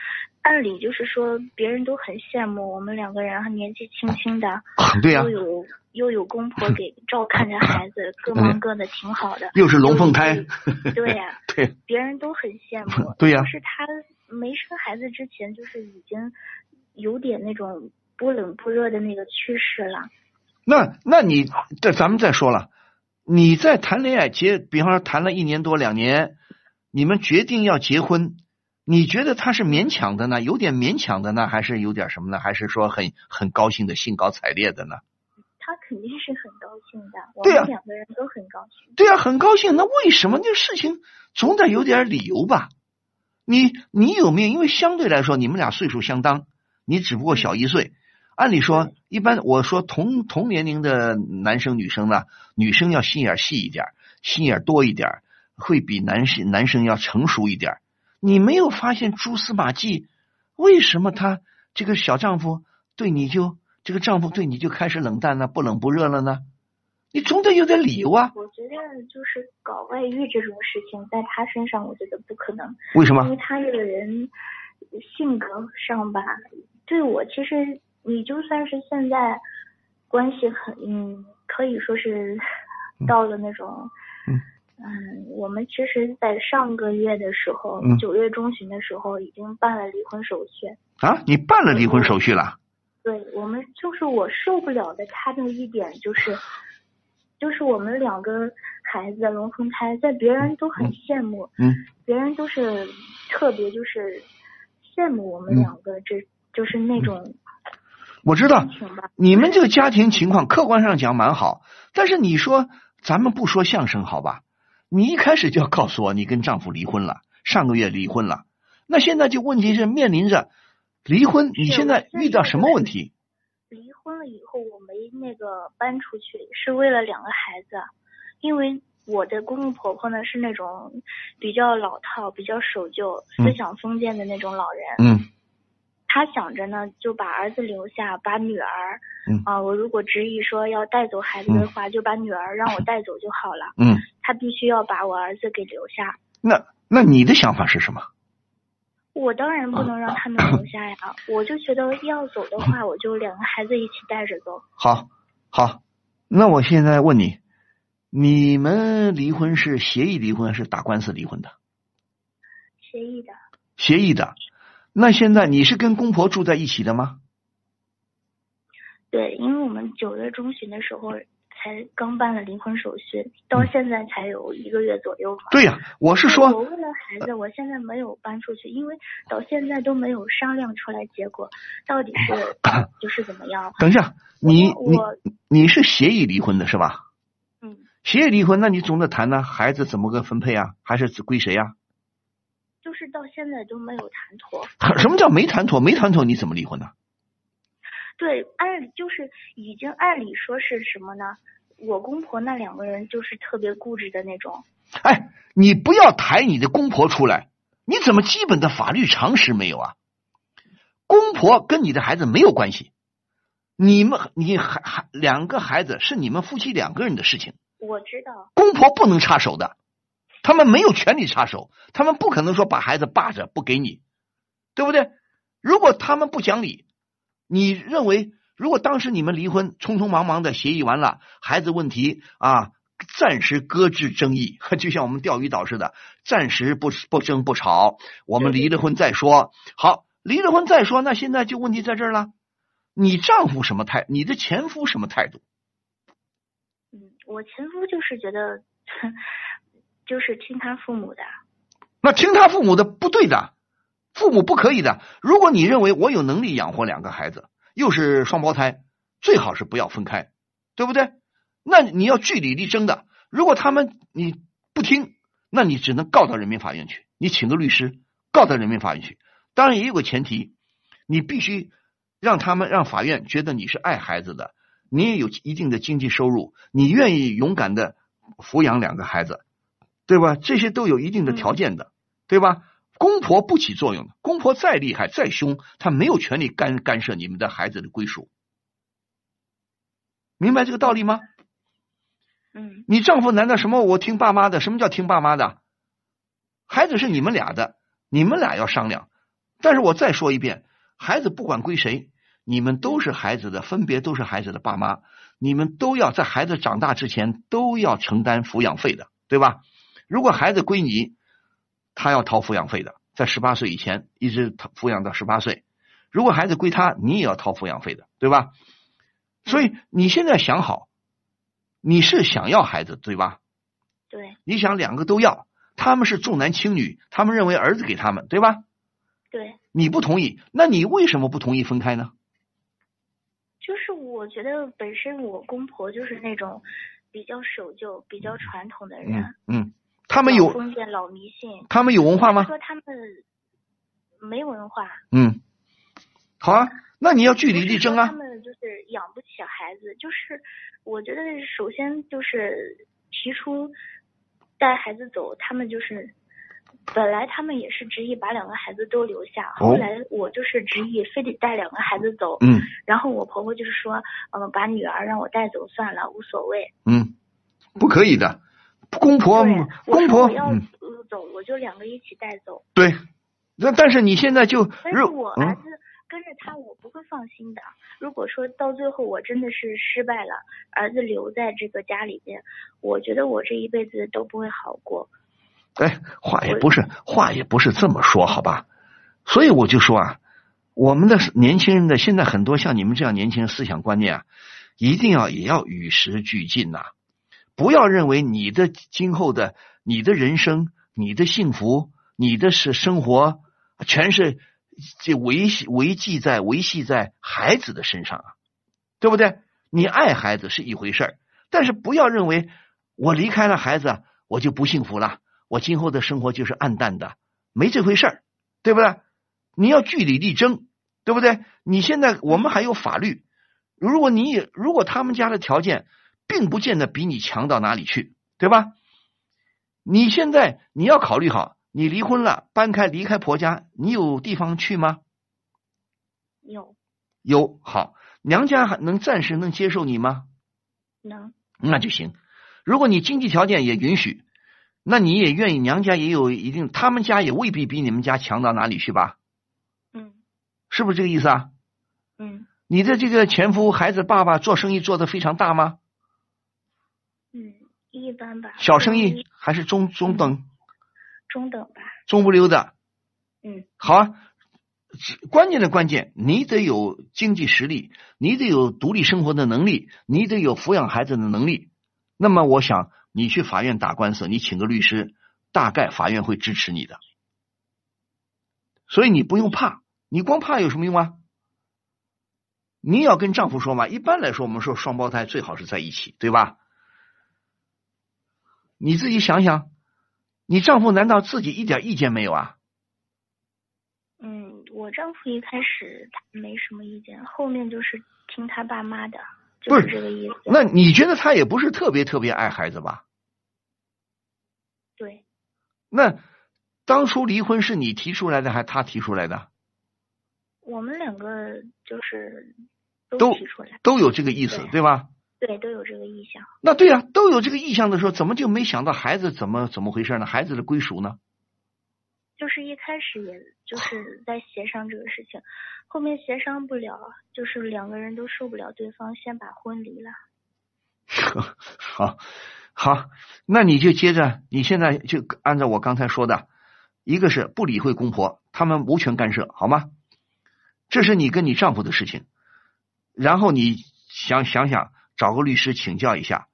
Speaker 9: 按理就是说，别人都很羡慕我们两个人，还年纪轻轻的，
Speaker 2: 啊对呀、
Speaker 9: 又有又有公婆 给照看着孩子，各忙各的，挺好的。
Speaker 2: 哎又是龙凤胎，
Speaker 10: 嗯
Speaker 9: 对呀、
Speaker 2: 对
Speaker 9: 别人都很羡慕
Speaker 2: 。对呀
Speaker 9: 就是他没生孩子之前，就是已经有点那种不冷不热的那个趋势了。
Speaker 2: 那那你这咱们再说了，你在谈恋爱结，比方说谈了一年多两年，你们决定要结婚，你觉得他是勉强的呢，有点勉强的呢，还是有点什么呢？还是说很很高兴的兴高采烈的呢？
Speaker 9: 他肯定是很高兴的，我
Speaker 2: 对呀
Speaker 9: 们两个人都很高兴。
Speaker 2: 对啊，很高兴。那为什么这事情总得有点理由吧？你你有没有？因为相对来说，你们俩岁数相当，你只不过小一岁。按理说，一般我说同同年龄的男生女生呢，女生要心眼儿细一点儿，心眼儿多一点儿，会比男生男生要成熟一点儿。你没有发现蛛丝马迹？为什么他这个小丈夫对你就这个丈夫对你就开始冷淡了，不冷不热了呢？你总得有点理由啊！
Speaker 9: 我觉得就是搞外遇这种事情，在他身上我觉得不可能，
Speaker 2: 为什么
Speaker 9: 因？为他这个人性格上吧，对我其实你就算是现在关系很，嗯，可以说是到了那种，
Speaker 2: 嗯
Speaker 9: 嗯，我们其实，在上个月的时候
Speaker 2: 嗯，
Speaker 9: 九、月中旬的时候已经办了离婚手续，
Speaker 2: 啊，你办了离婚手续了？
Speaker 9: 对我们就是我受不了的他的一点就是，就是我们两个孩子龙凤胎，在别人都很羡慕，
Speaker 2: 嗯
Speaker 9: 别人都是特别就是羡慕我们
Speaker 2: 嗯
Speaker 9: 两个这，就是那种
Speaker 2: 我知道
Speaker 9: 感情吧。
Speaker 2: 你们这个家庭情况客观上讲蛮好，但是你说咱们不说相声好吧？你一开始就要告诉我你跟丈夫离婚了，上个月离婚了，那现在就问题是面临着离婚，你现在遇到什么问题？
Speaker 9: 离婚了以后，我没那个搬出去，是为了两个孩子，啊因为我的公公婆婆呢是那种比较老套、比较守旧、
Speaker 2: 嗯
Speaker 9: 思想封建的那种老人。
Speaker 2: 嗯
Speaker 9: 他想着呢，就把儿子留下，把女儿，
Speaker 2: 嗯
Speaker 9: 啊、我如果执意说要带走孩子的话，就把女儿让我带走就好了。
Speaker 2: 嗯，
Speaker 9: 他必须要把我儿子给留下，
Speaker 2: 那那你的想法是什么？
Speaker 9: 我当然不能让他们留下呀。我就觉得要走的话，我就两个孩子一起带着走。
Speaker 2: 好，好，那我现在问你，你们离婚是协议离婚还是打官司离婚的？
Speaker 9: 协议的，
Speaker 2: 协议的。那现在你是跟公婆住在一起的吗？
Speaker 9: 对，因为我们九月中旬的时候才刚办了离婚手续，到现在才有一个月左右嘛。
Speaker 2: 嗯对呀、我是
Speaker 9: 我
Speaker 2: 说，
Speaker 9: 为了孩子，我现在没有搬出去，因为到现在都没有商量出来结果，到底 是就是怎么样？
Speaker 2: 等一下，你你
Speaker 9: 我
Speaker 2: 你是协议离婚的是吧？
Speaker 9: 嗯，
Speaker 2: 协议离婚，那你总得谈呢、孩子怎么个分配啊？还是归谁呀、
Speaker 9: 就是到现在都没有谈妥。
Speaker 2: 什么叫没谈妥？没谈妥你怎么离婚呢、
Speaker 9: 对，按理就是已经按理说是什么呢？我公婆那两个人就是特别固执的那种，
Speaker 2: 哎，你不要抬你的公婆出来，你怎么基本的法律常识没有啊？公婆跟你的孩子没有关系，你们你还还两个孩子是你们夫妻两个人的事情。
Speaker 9: 我知道。
Speaker 2: 公婆不能插手的，他们没有权利插手，他们不可能说把孩子霸着不给你，对不对？如果他们不讲理，你认为如果当时你们离婚，匆匆忙忙的协议完了，孩子问题啊，暂时搁置争议， 就像我们钓鱼岛似的，暂时不不争不吵，我们离了婚再说。好，离了婚再说，那现在就问题在这儿了。你丈夫什么态？你的前夫什么态度？
Speaker 9: 嗯，我前夫就是觉得，就是听他父母的。
Speaker 2: 那听他父母的不对的，父母不可以的。如果你认为我有能力养活两个孩子，又是双胞胎，最好是不要分开，对不对？那你要据理力争的。如果他们你不听，那你只能告到人民法院去，你请个律师告到人民法院去。当然也有个前提，你必须让他们让法院觉得你是爱孩子的，你也有一定的经济收入，你愿意勇敢的抚养两个孩子，对吧？这些都有一定的条件的，对吧？公婆不起作用的，公婆再厉害再凶，他没有权利干干涉你们的孩子的归属，明白这个道理吗？
Speaker 9: 嗯
Speaker 2: 你丈夫难道什么我听爸妈的？什么叫听爸妈的？孩子是你们俩的，你们俩要商量。但是我再说一遍，孩子不管归谁，你们都是孩子的，分别都是孩子的爸妈，你们都要在孩子长大之前都要承担抚养费的，对吧？如果孩子归你，他要掏抚养费的，在十八岁以前一直掏抚养到十八岁。如果孩子归他，你也要掏抚养费的，对吧？所以你现在想好，你是想要孩子对吧？
Speaker 9: 对
Speaker 2: 你想两个都要，他们是重男轻女，他们认为儿子给他们对吧？
Speaker 9: 对，
Speaker 2: 你不同意，那你为什么不同意分开呢？
Speaker 9: 就是我觉得本身我公婆就是那种比较守旧、比较传统的人，
Speaker 2: 嗯嗯，他们有
Speaker 9: 封建老迷信。
Speaker 2: 他们有文化吗？
Speaker 9: 说他们没文化，
Speaker 2: 嗯，好啊，那你要据理力争
Speaker 9: 不
Speaker 2: 啊
Speaker 9: 是说他。们就是养不起孩子，就是我觉得首先就是提出带孩子走，他们就是本来他们也是执意把两个孩子都留下，
Speaker 2: 哦
Speaker 9: 后来我就是执意非得带两个孩子走，
Speaker 2: 嗯
Speaker 9: 然后我婆婆就是说，嗯，把女儿让我带走算了，无所谓。
Speaker 2: 嗯，不可以的，公婆
Speaker 9: 对，我
Speaker 2: 公
Speaker 9: 说
Speaker 2: 婆
Speaker 9: 我要
Speaker 2: 嗯
Speaker 9: 呃走，我就两个一起带走，
Speaker 2: 对，那但是你现在就
Speaker 9: 但是
Speaker 2: 如
Speaker 9: 我儿
Speaker 2: 嗯
Speaker 9: 子跟着他，我不会放心的。如果说到最后我真的是失败了，儿子留在这个家里边，我觉得我这一辈子都不会好过。
Speaker 2: 哎，话也
Speaker 9: 我
Speaker 2: 不是话也不是这么说，好吧？所以我就说啊，我们的年轻人的现在很多像你们这样年轻人思想观念啊，一定要也要与时俱进呐、不要认为你的今后的你的人生、你的幸福、你的是生活，全是这维系维系在维系在孩子的身上啊，对不对？你爱孩子是一回事儿，但是不要认为我离开了孩子我就不幸福了，我今后的生活就是暗淡的，没这回事儿，对不对？你要据理力争，对不对？你现在我们还有法律，如果你也如果他们家的条件并不见得比你强到哪里去，对吧？你现在你要考虑好，你离婚了，搬开离开婆家，你有地方去吗？
Speaker 9: 有
Speaker 2: 有，好，娘家还能暂时能接受你吗？
Speaker 9: 能
Speaker 2: 那就行。如果你经济条件也允许，那你也愿意，娘家也有一定，他们家也未必比你们家强到哪里去吧？
Speaker 9: 嗯
Speaker 2: 是不是这个意思啊？
Speaker 9: 嗯
Speaker 2: 你的这个前夫、孩子、爸爸做生意做得非常大吗？
Speaker 9: 嗯，一般吧。
Speaker 2: 小生
Speaker 9: 中
Speaker 2: 意
Speaker 9: 一
Speaker 2: 还是中中等、
Speaker 9: 中等吧。
Speaker 2: 中不溜的？
Speaker 9: 嗯
Speaker 2: 好啊，关键的关键，你得有经济实力，你得有独立生活的能力，你得有抚养孩子的能力。那么，我想你去法院打官司，你请个律师，大概法院会支持你的。所以你不用怕，你光怕有什么用啊？你也要跟丈夫说嘛。一般来说，我们说双胞胎最好是在一起，对吧？你自己想想，你丈夫难道自己一点意见没有啊？
Speaker 9: 嗯，我丈夫一开始他没什么意见，后面就是听他爸妈的，就
Speaker 2: 不
Speaker 9: 是
Speaker 2: 是
Speaker 9: 这个意思。
Speaker 2: 那你觉得他也不是特别特别爱孩子吧？
Speaker 9: 对，
Speaker 2: 那当初离婚是你提出来的，还是他提出来的？
Speaker 9: 我们两个就是
Speaker 2: 都
Speaker 9: 提出来，
Speaker 2: 都有这个意思，
Speaker 9: 对啊
Speaker 2: 对吧？
Speaker 9: 对，都有这个意向。
Speaker 2: 那对呀、啊都有这个意向的时候，怎么就没想到孩子怎么怎么回事呢？孩子的归属呢？
Speaker 9: 就是一开始也就是在协商这个事情，后面协商不了，就是两个人都受不了对方，先把婚离了。
Speaker 2: 好，好，那你就接着，你现在就按照我刚才说的，一个是不理会公婆，他们无权干涉，好吗？这是你跟你丈夫的事情，然后你想想想，找个律师请教一下，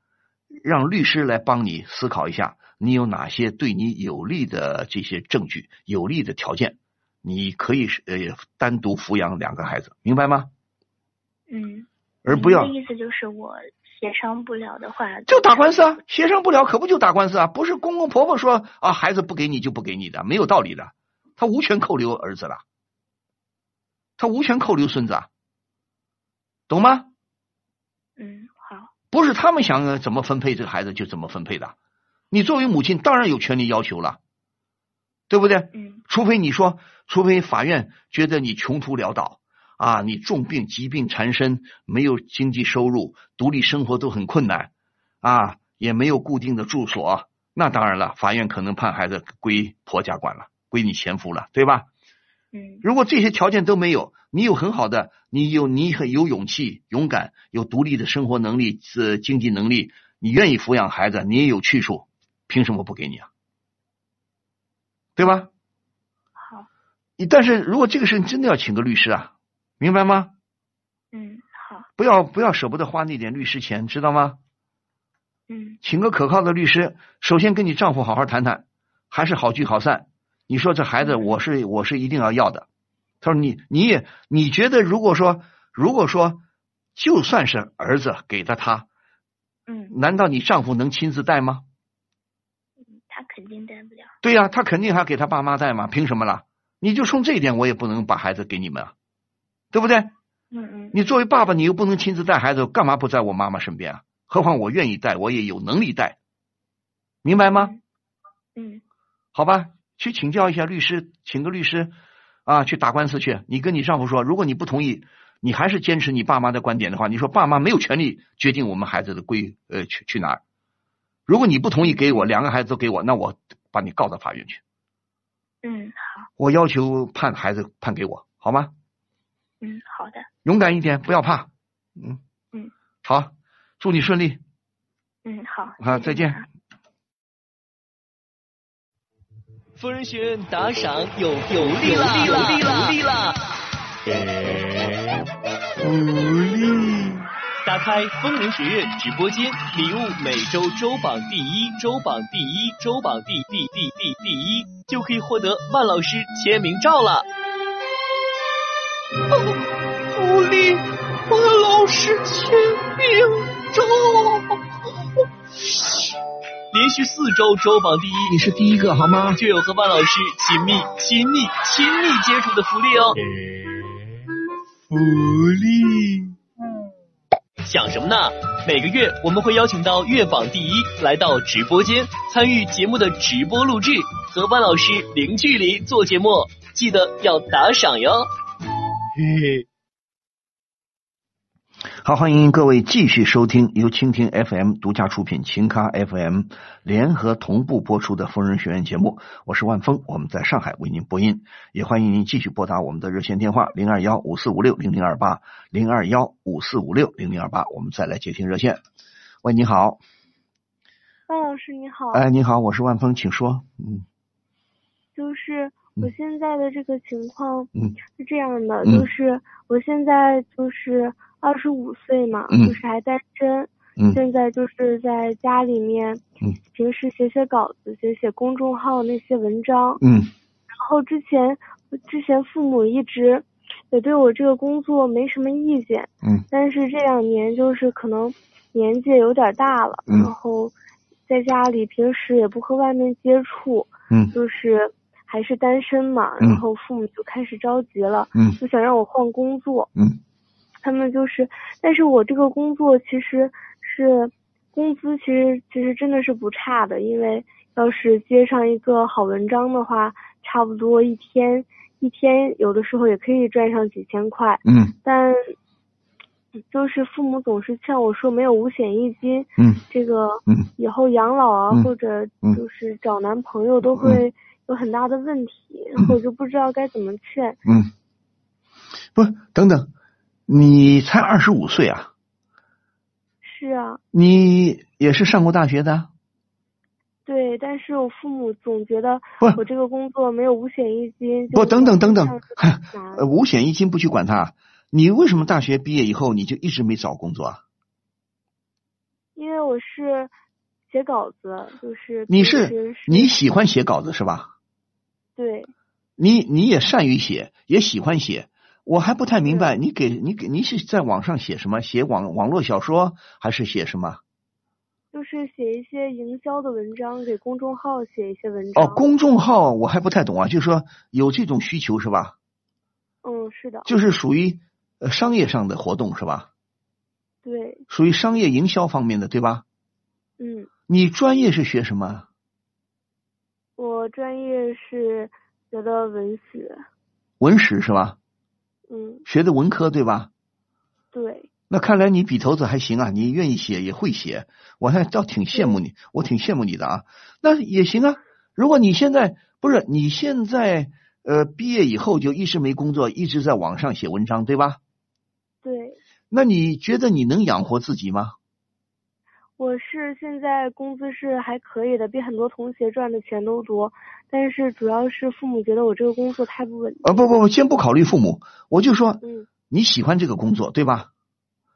Speaker 2: 让律师来帮你思考一下，你有哪些对你有利的这些证据、有利的条件，你可以是呃单独抚养两个孩子，明白吗？
Speaker 9: 嗯，
Speaker 2: 而不要
Speaker 9: 您的意思就是我协商不了的话，
Speaker 2: 就打官司啊，协商不了可不就打官司啊？不是公公婆婆说啊，孩子不给你就不给你的，没有道理的。他无权扣留儿子了，他无权扣留孙子，啊，懂吗？
Speaker 9: 嗯，好，
Speaker 2: 不是他们想怎么分配这个孩子就怎么分配的。你作为母亲，当然有权利要求了，对不对？
Speaker 9: 嗯
Speaker 2: 除非你说，除非法院觉得你穷途潦倒啊，你重病疾病缠身，没有经济收入，独立生活都很困难啊，也没有固定的住所，那当然了，法院可能判孩子归婆家管了，归你前夫了，对吧？
Speaker 9: 嗯
Speaker 2: 如果这些条件都没有，你有很好的，你有你很有勇气、勇敢，有独立的生活能力、呃经济能力，你愿意抚养孩子，你也有去处，凭什么不给你啊？对吧？
Speaker 9: 好，
Speaker 2: 你但是如果这个事你真的要请个律师啊，明白吗？
Speaker 9: 嗯好，
Speaker 2: 不要不要舍不得花那点律师钱，知道吗？
Speaker 9: 嗯
Speaker 2: 请个可靠的律师，首先跟你丈夫好好谈谈，还是好聚好散。你说这孩子，我是我是一定要要的。他说你你也你觉得，如果说如果说就算是儿子给的他，
Speaker 9: 嗯，
Speaker 2: 难道你丈夫能亲自带吗？
Speaker 9: 他肯定带不了。
Speaker 2: 对呀、他肯定还给他爸妈带嘛，凭什么啦？你就冲这一点，我也不能把孩子给你们啊，对不对？
Speaker 9: 嗯嗯
Speaker 2: 你作为爸爸，你又不能亲自带孩子，干嘛不在我妈妈身边啊？何况我愿意带，我也有能力带，明白吗？
Speaker 9: 嗯
Speaker 2: 好吧，去请教一下律师，请个律师啊，去打官司去。你跟你丈夫说，如果你不同意，你还是坚持你爸妈的观点的话，你说爸妈没有权利决定我们孩子的归呃去去哪儿。如果你不同意给我两个孩子都给我，那我把你告到法院去，
Speaker 9: 嗯好，
Speaker 2: 我要求判孩子判给我，好吗？
Speaker 9: 嗯好的，
Speaker 2: 勇敢一点，不要怕，嗯
Speaker 9: 嗯，
Speaker 2: 好，祝你顺利，
Speaker 9: 嗯好。
Speaker 2: 好，再见。
Speaker 6: 疯人学院打赏有有力了，有力了，有力了！
Speaker 1: 嗯
Speaker 6: 打开疯人学院直播间，礼物每周周榜第一，周榜第一，周榜第第第第第一，就可以获得万老师签名照了。哦福利，万老师签名照。连续四周周榜第一，
Speaker 3: 你是第一个好吗？
Speaker 6: 就有和万老师亲密、亲密、亲密接触的福利哦。
Speaker 3: 福利。
Speaker 6: 想什么呢？每个月我们会邀请到月榜第一来到直播间，参与节目的直播录制，和万老师零距离做节目，记得要打赏哟。
Speaker 2: 好，欢迎各位继续收听由蜻蜓 FM 独家出品、秦咖 FM 联合同步播出的《疯人学院》节目，我是万峰，我们在上海为您播音，也欢迎您继续拨打我们的热线电话零二幺五四五六零零二八零二幺五四五六零零二八，我们再来接听热线。喂，你好，
Speaker 11: 高老师你好，
Speaker 2: 哎，你好，我是万峰，请说。嗯
Speaker 11: 就是我
Speaker 2: 嗯
Speaker 11: 现在的这个情况
Speaker 2: 嗯
Speaker 11: 是这样的，
Speaker 2: 嗯
Speaker 11: 就是我现在就是二十五岁嘛，
Speaker 2: 嗯
Speaker 11: 就是还单身，
Speaker 2: 嗯
Speaker 11: 现在就是在家里面，
Speaker 2: 嗯
Speaker 11: 平时写写稿子，写写公众号那些文章，
Speaker 2: 嗯
Speaker 11: 然后之前之前父母一直也对我这个工作没什么意见，
Speaker 2: 嗯，
Speaker 11: 但是这两年就是可能年纪也有点大了，
Speaker 2: 嗯
Speaker 11: 然后在家里平时也不和外面接触，
Speaker 2: 嗯
Speaker 11: 就是还是单身嘛，
Speaker 2: 嗯
Speaker 11: 然后父母就开始着急了，
Speaker 2: 嗯
Speaker 11: 就想让我换工作。
Speaker 2: 嗯
Speaker 11: 他们就是，但是我这个工作其实是工资，其实其实真的是不差的，因为要是接上一个好文章的话，差不多一天一天有的时候也可以赚上几千块，
Speaker 2: 嗯
Speaker 11: 但就是父母总是劝我说没有五险一金，
Speaker 2: 嗯
Speaker 11: 这个
Speaker 2: 嗯
Speaker 11: 以后养老啊、
Speaker 2: 嗯
Speaker 11: 或者
Speaker 2: 嗯
Speaker 11: 就是找男朋友都会有很大的问题，然后我就不知道该怎么劝。
Speaker 2: 嗯，不，等等，你才二十五岁啊？
Speaker 11: 是啊，
Speaker 2: 你也是上过大学的啊？
Speaker 11: 对，但是我父母总觉得
Speaker 2: 不
Speaker 11: 我这个工作没有五险一金。
Speaker 2: 不，等等等等，
Speaker 11: 难
Speaker 2: 呃，五险一金不去管它。你为什么大学毕业以后你就一直没找工作啊？
Speaker 11: 因为我是写稿子，就是
Speaker 2: 你
Speaker 11: 平
Speaker 2: 是
Speaker 11: 时是
Speaker 2: 你喜欢写稿子是吧？
Speaker 11: 对，
Speaker 2: 你你也善于写，也喜欢写。我还不太明白，你给你给你是在网上写什么？写网网络小说还是写什么？
Speaker 11: 就是写一些营销的文章，给公众号写一些文章。
Speaker 2: 哦，公众号我还不太懂啊，就是说有这种需求是吧？
Speaker 11: 嗯，是的，
Speaker 2: 就是属于呃商业上的活动是吧？
Speaker 11: 对，
Speaker 2: 属于商业营销方面的，对吧？
Speaker 11: 嗯，
Speaker 2: 你专业是学什么？
Speaker 11: 我专业是学的文学，
Speaker 2: 文史是吧？
Speaker 11: 嗯，
Speaker 2: 学的文科对吧？
Speaker 11: 对，
Speaker 2: 那看来你笔头子还行啊，你愿意写也会写，我还倒挺羡慕你，我挺羡慕你的啊。那也行啊，如果你现在不是你现在呃毕业以后就一直没工作，一直在网上写文章对吧？
Speaker 11: 对，
Speaker 2: 那你觉得你能养活自己吗？
Speaker 11: 我是现在工资是还可以的，比很多同学赚的钱都多，但是主要是父母觉得我这个工作太不稳定。
Speaker 2: 啊，不不不，先不考虑父母，我就说
Speaker 11: 嗯，
Speaker 2: 你喜欢这个工作对吧？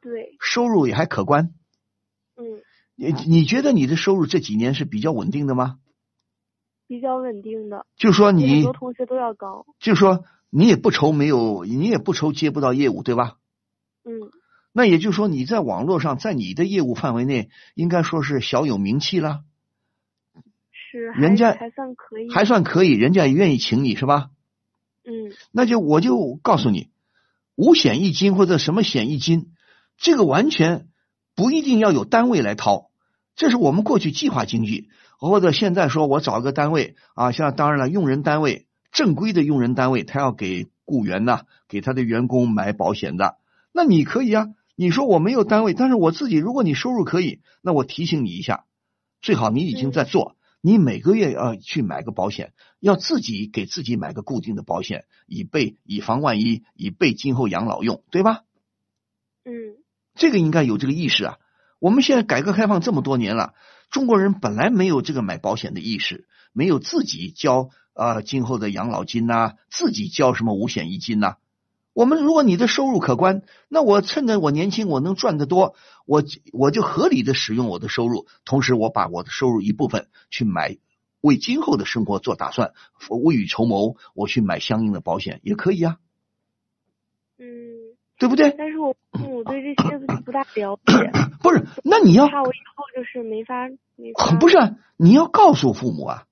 Speaker 11: 对，
Speaker 2: 收入也还可观，
Speaker 11: 嗯，
Speaker 2: 你你觉得你的收入这几年是比较稳定的吗？
Speaker 11: 比较稳定的，
Speaker 2: 就说
Speaker 11: 比很
Speaker 2: 你
Speaker 11: 多同学都要高。
Speaker 2: 就说你也不愁没有，你也不愁接不到业务对吧？
Speaker 11: 嗯，
Speaker 2: 那也就是说你在网络上在你的业务范围内应该说是小有名气啦，
Speaker 11: 是，还
Speaker 2: 人家
Speaker 11: 还算可以，
Speaker 2: 还算可以，人家也愿意请你是吧？
Speaker 11: 嗯
Speaker 2: 那就我就告诉你，五险一金或者什么险一金，这个完全不一定要有单位来掏，这是我们过去计划经济或者现在说我找个单位啊，像当然了，用人单位正规的用人单位，他要给雇员呐、给他的员工买保险的，那你可以啊。你说我没有单位，但是我自己，如果你收入可以，那我提醒你一下，最好你已经在做，你每个月要去买个保险，要自己给自己买个固定的保险，以备以防万一，以备今后养老用，对吧？
Speaker 11: 嗯
Speaker 2: 这个应该有这个意识啊。我们现在改革开放这么多年了，中国人本来没有这个买保险的意识，没有自己交啊、呃今后的养老金呐、自己交什么五险一金呐、我们如果你的收入可观，那我趁着我年轻，我能赚得多，我我就合理的使用我的收入，同时我把我的收入一部分去买，为今后的生活做打算，未雨绸缪，我去买相应的保险也可以啊，
Speaker 11: 嗯，
Speaker 2: 对不对？
Speaker 11: 但是我父母对这些就不大了解，
Speaker 2: 不是，那你要
Speaker 11: 怕我以后就是没法没法。
Speaker 2: 可不是啊，你要告诉父母啊。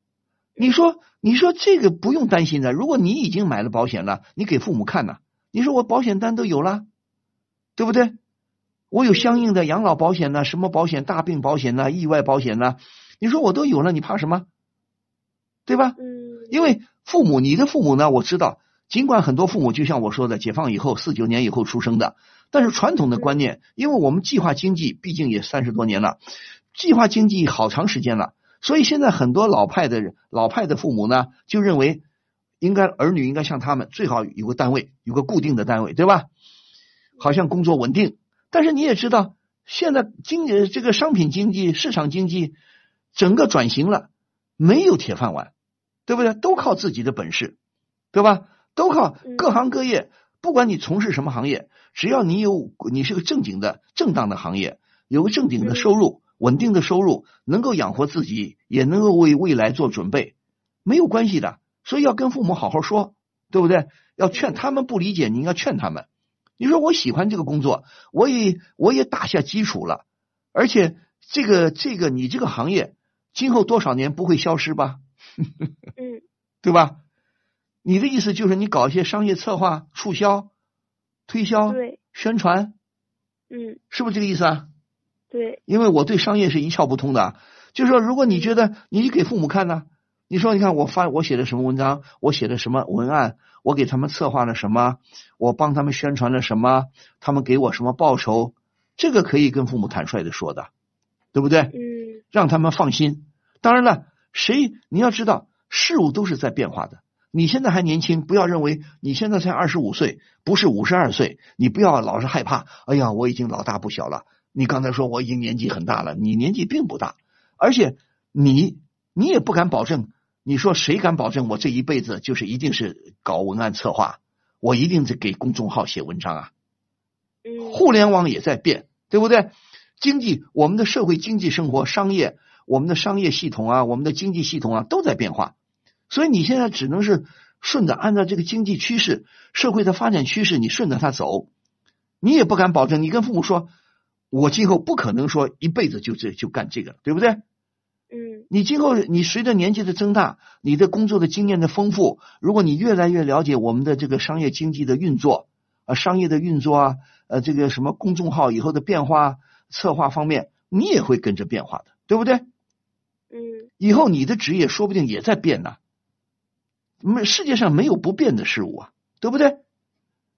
Speaker 2: 你说，你说这个不用担心的。如果你已经买了保险了，你给父母看呐、你说我保险单都有了，对不对？我有相应的养老保险呐、什么保险、大病保险呐、意外保险呐、你说我都有了，你怕什么？对吧？
Speaker 11: 嗯，
Speaker 2: 因为父母，你的父母呢，我知道，尽管很多父母就像我说的，解放以后四九年以后出生的，但是传统的观念，因为我们计划经济毕竟也三十多年了，计划经济好长时间了，所以现在很多老派的人，老派的父母呢，就认为应该儿女应该像他们，最好有个单位，有个固定的单位，对吧？好像工作稳定，但是你也知道，现在经呃这个商品经济、市场经济整个转型了，没有铁饭碗，对不对？都靠自己的本事，对吧？都靠
Speaker 11: 嗯
Speaker 2: 各行各业，不管你从事什么行业，只要你有你是个正经的、正当的行业，有个正经的收入、稳定的收入，能够养活自己，也能够为未来做准备，没有关系的。所以要跟父母好好说，对不对？要劝他们不理解，你应该劝他们。你说我喜欢这个工作，我也我也打下基础了，而且这个这个你这个行业今后多少年不会消失吧？
Speaker 11: 嗯
Speaker 2: 对吧？你的意思就是你搞一些商业策划、促销、推销、
Speaker 11: 对
Speaker 2: 宣传，
Speaker 11: 嗯
Speaker 2: 是不是这个意思啊？
Speaker 11: 对
Speaker 2: 因为我对商业是一窍不通的啊。就是说，如果
Speaker 11: 嗯
Speaker 2: 你觉得你给父母看呢、你说你看我发我写的什么文章，我写的什么文案，我给他们策划了什么，我帮他们宣传了什么，他们给我什么报酬，这个可以跟父母坦率的说的，对不对？
Speaker 11: 嗯
Speaker 2: 让他们放心。当然了，谁你要知道，事物都是在变化的。你现在还年轻，不要认为你现在才二十五岁，不是五十二岁，你不要老是害怕。哎呀，我已经老大不小了。你刚才说我已经年纪很大了，你年纪并不大，而且你你也不敢保证。你说谁敢保证我这一辈子就是一定是搞文案策划，我一定是给公众号写文章啊？
Speaker 11: 嗯
Speaker 2: 互联网也在变，对不对？经济，我们的社会经济生活、商业，我们的商业系统啊，我们的经济系统啊，都在变化。所以你现在只能是顺着按照这个经济趋势、社会的发展趋势，你顺着它走。你也不敢保证，你跟父母说，我今后不可能说一辈子就这就干这个，对不对？
Speaker 11: 嗯
Speaker 2: 你今后你随着年纪的增大，你的工作的经验的丰富，呃如果你越来越了解我们的这个商业经济的运作啊，商业的运作啊，呃这个什么公众号以后的变化策划方面，你也会跟着变化的，对不对？
Speaker 11: 嗯，
Speaker 2: 以后你的职业说不定也在变呢。没，世界上没有不变的事物啊，对不对？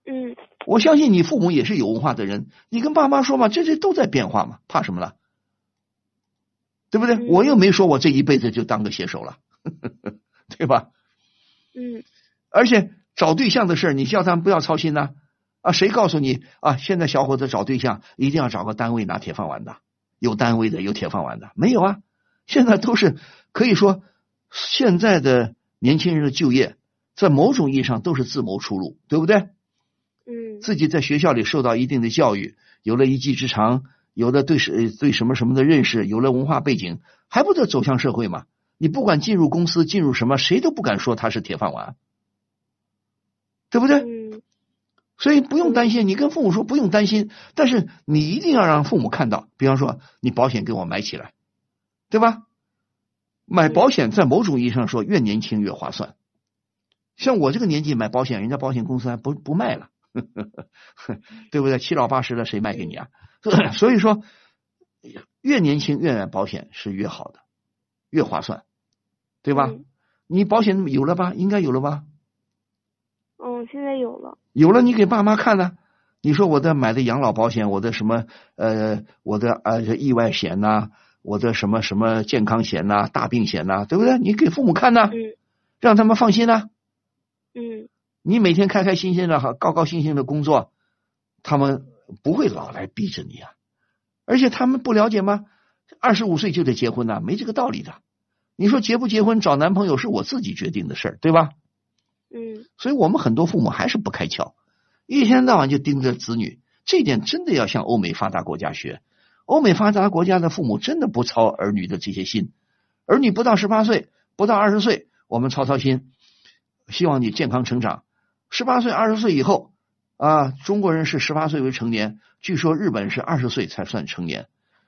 Speaker 11: 嗯，
Speaker 2: 我相信你父母也是有文化的人，你跟爸妈说嘛，这这都在变化嘛，怕什么了？对不对？
Speaker 11: 嗯
Speaker 2: 我又没说我这一辈子就当个写手了， 对吧？
Speaker 11: 嗯
Speaker 2: 而且找对象的事儿，你叫他们不要操心呐、啊。谁告诉你啊？现在小伙子找对象一定要找个单位拿铁饭碗的，有单位的，有铁饭碗的，没有啊？现在都是可以说，现在的年轻人的就业，在某种意义上都是自谋出路，对不对？
Speaker 11: 嗯
Speaker 2: 自己在学校里受到一定的教育，有了一技之长，有了对是对什么什么的认识，有了文化背景，还不得走向社会嘛？你不管进入公司，进入什么，谁都不敢说他是铁饭碗，对不对？
Speaker 11: 嗯
Speaker 2: 所以不用担心，你跟父母说不用担心，但是你一定要让父母看到，比方说你保险给我买起来，对吧？买保险在某种意义上说越年轻越划算，像我这个年纪买保险，人家保险公司还不不卖了， 对不对？七老八十了谁卖给你啊？ 所以说，越年轻越买保险是越好的，越划算，对吧？
Speaker 11: 嗯
Speaker 2: 你保险有了吧？应该有了吧？
Speaker 11: 嗯，现在有了。
Speaker 2: 有了你给爸妈看呢、你说我的买的养老保险，我的什么呃，我的呃意外险呐、我的什么什么健康险呐、大病险呐、对不对？你给父母看呐、
Speaker 11: 嗯
Speaker 2: 让他们放心呐、
Speaker 11: 嗯
Speaker 2: 你每天开开心心的、好高高兴兴的工作，他们不会老来逼着你啊。而且他们不了解吗？二十五岁就得结婚呐、没这个道理的。你说结不结婚、找男朋友是我自己决定的事儿，对吧？
Speaker 11: 嗯
Speaker 2: 所以我们很多父母还是不开窍，一天到晚就盯着子女，这一点真的要向欧美发达国家学。欧美发达国家的父母真的不操儿女的这些心，儿女不到十八岁，不到二十岁，我们操操心，希望你健康成长。十八岁、二十岁以后啊，中国人是十八岁为成年，据说日本是二十岁才算成年。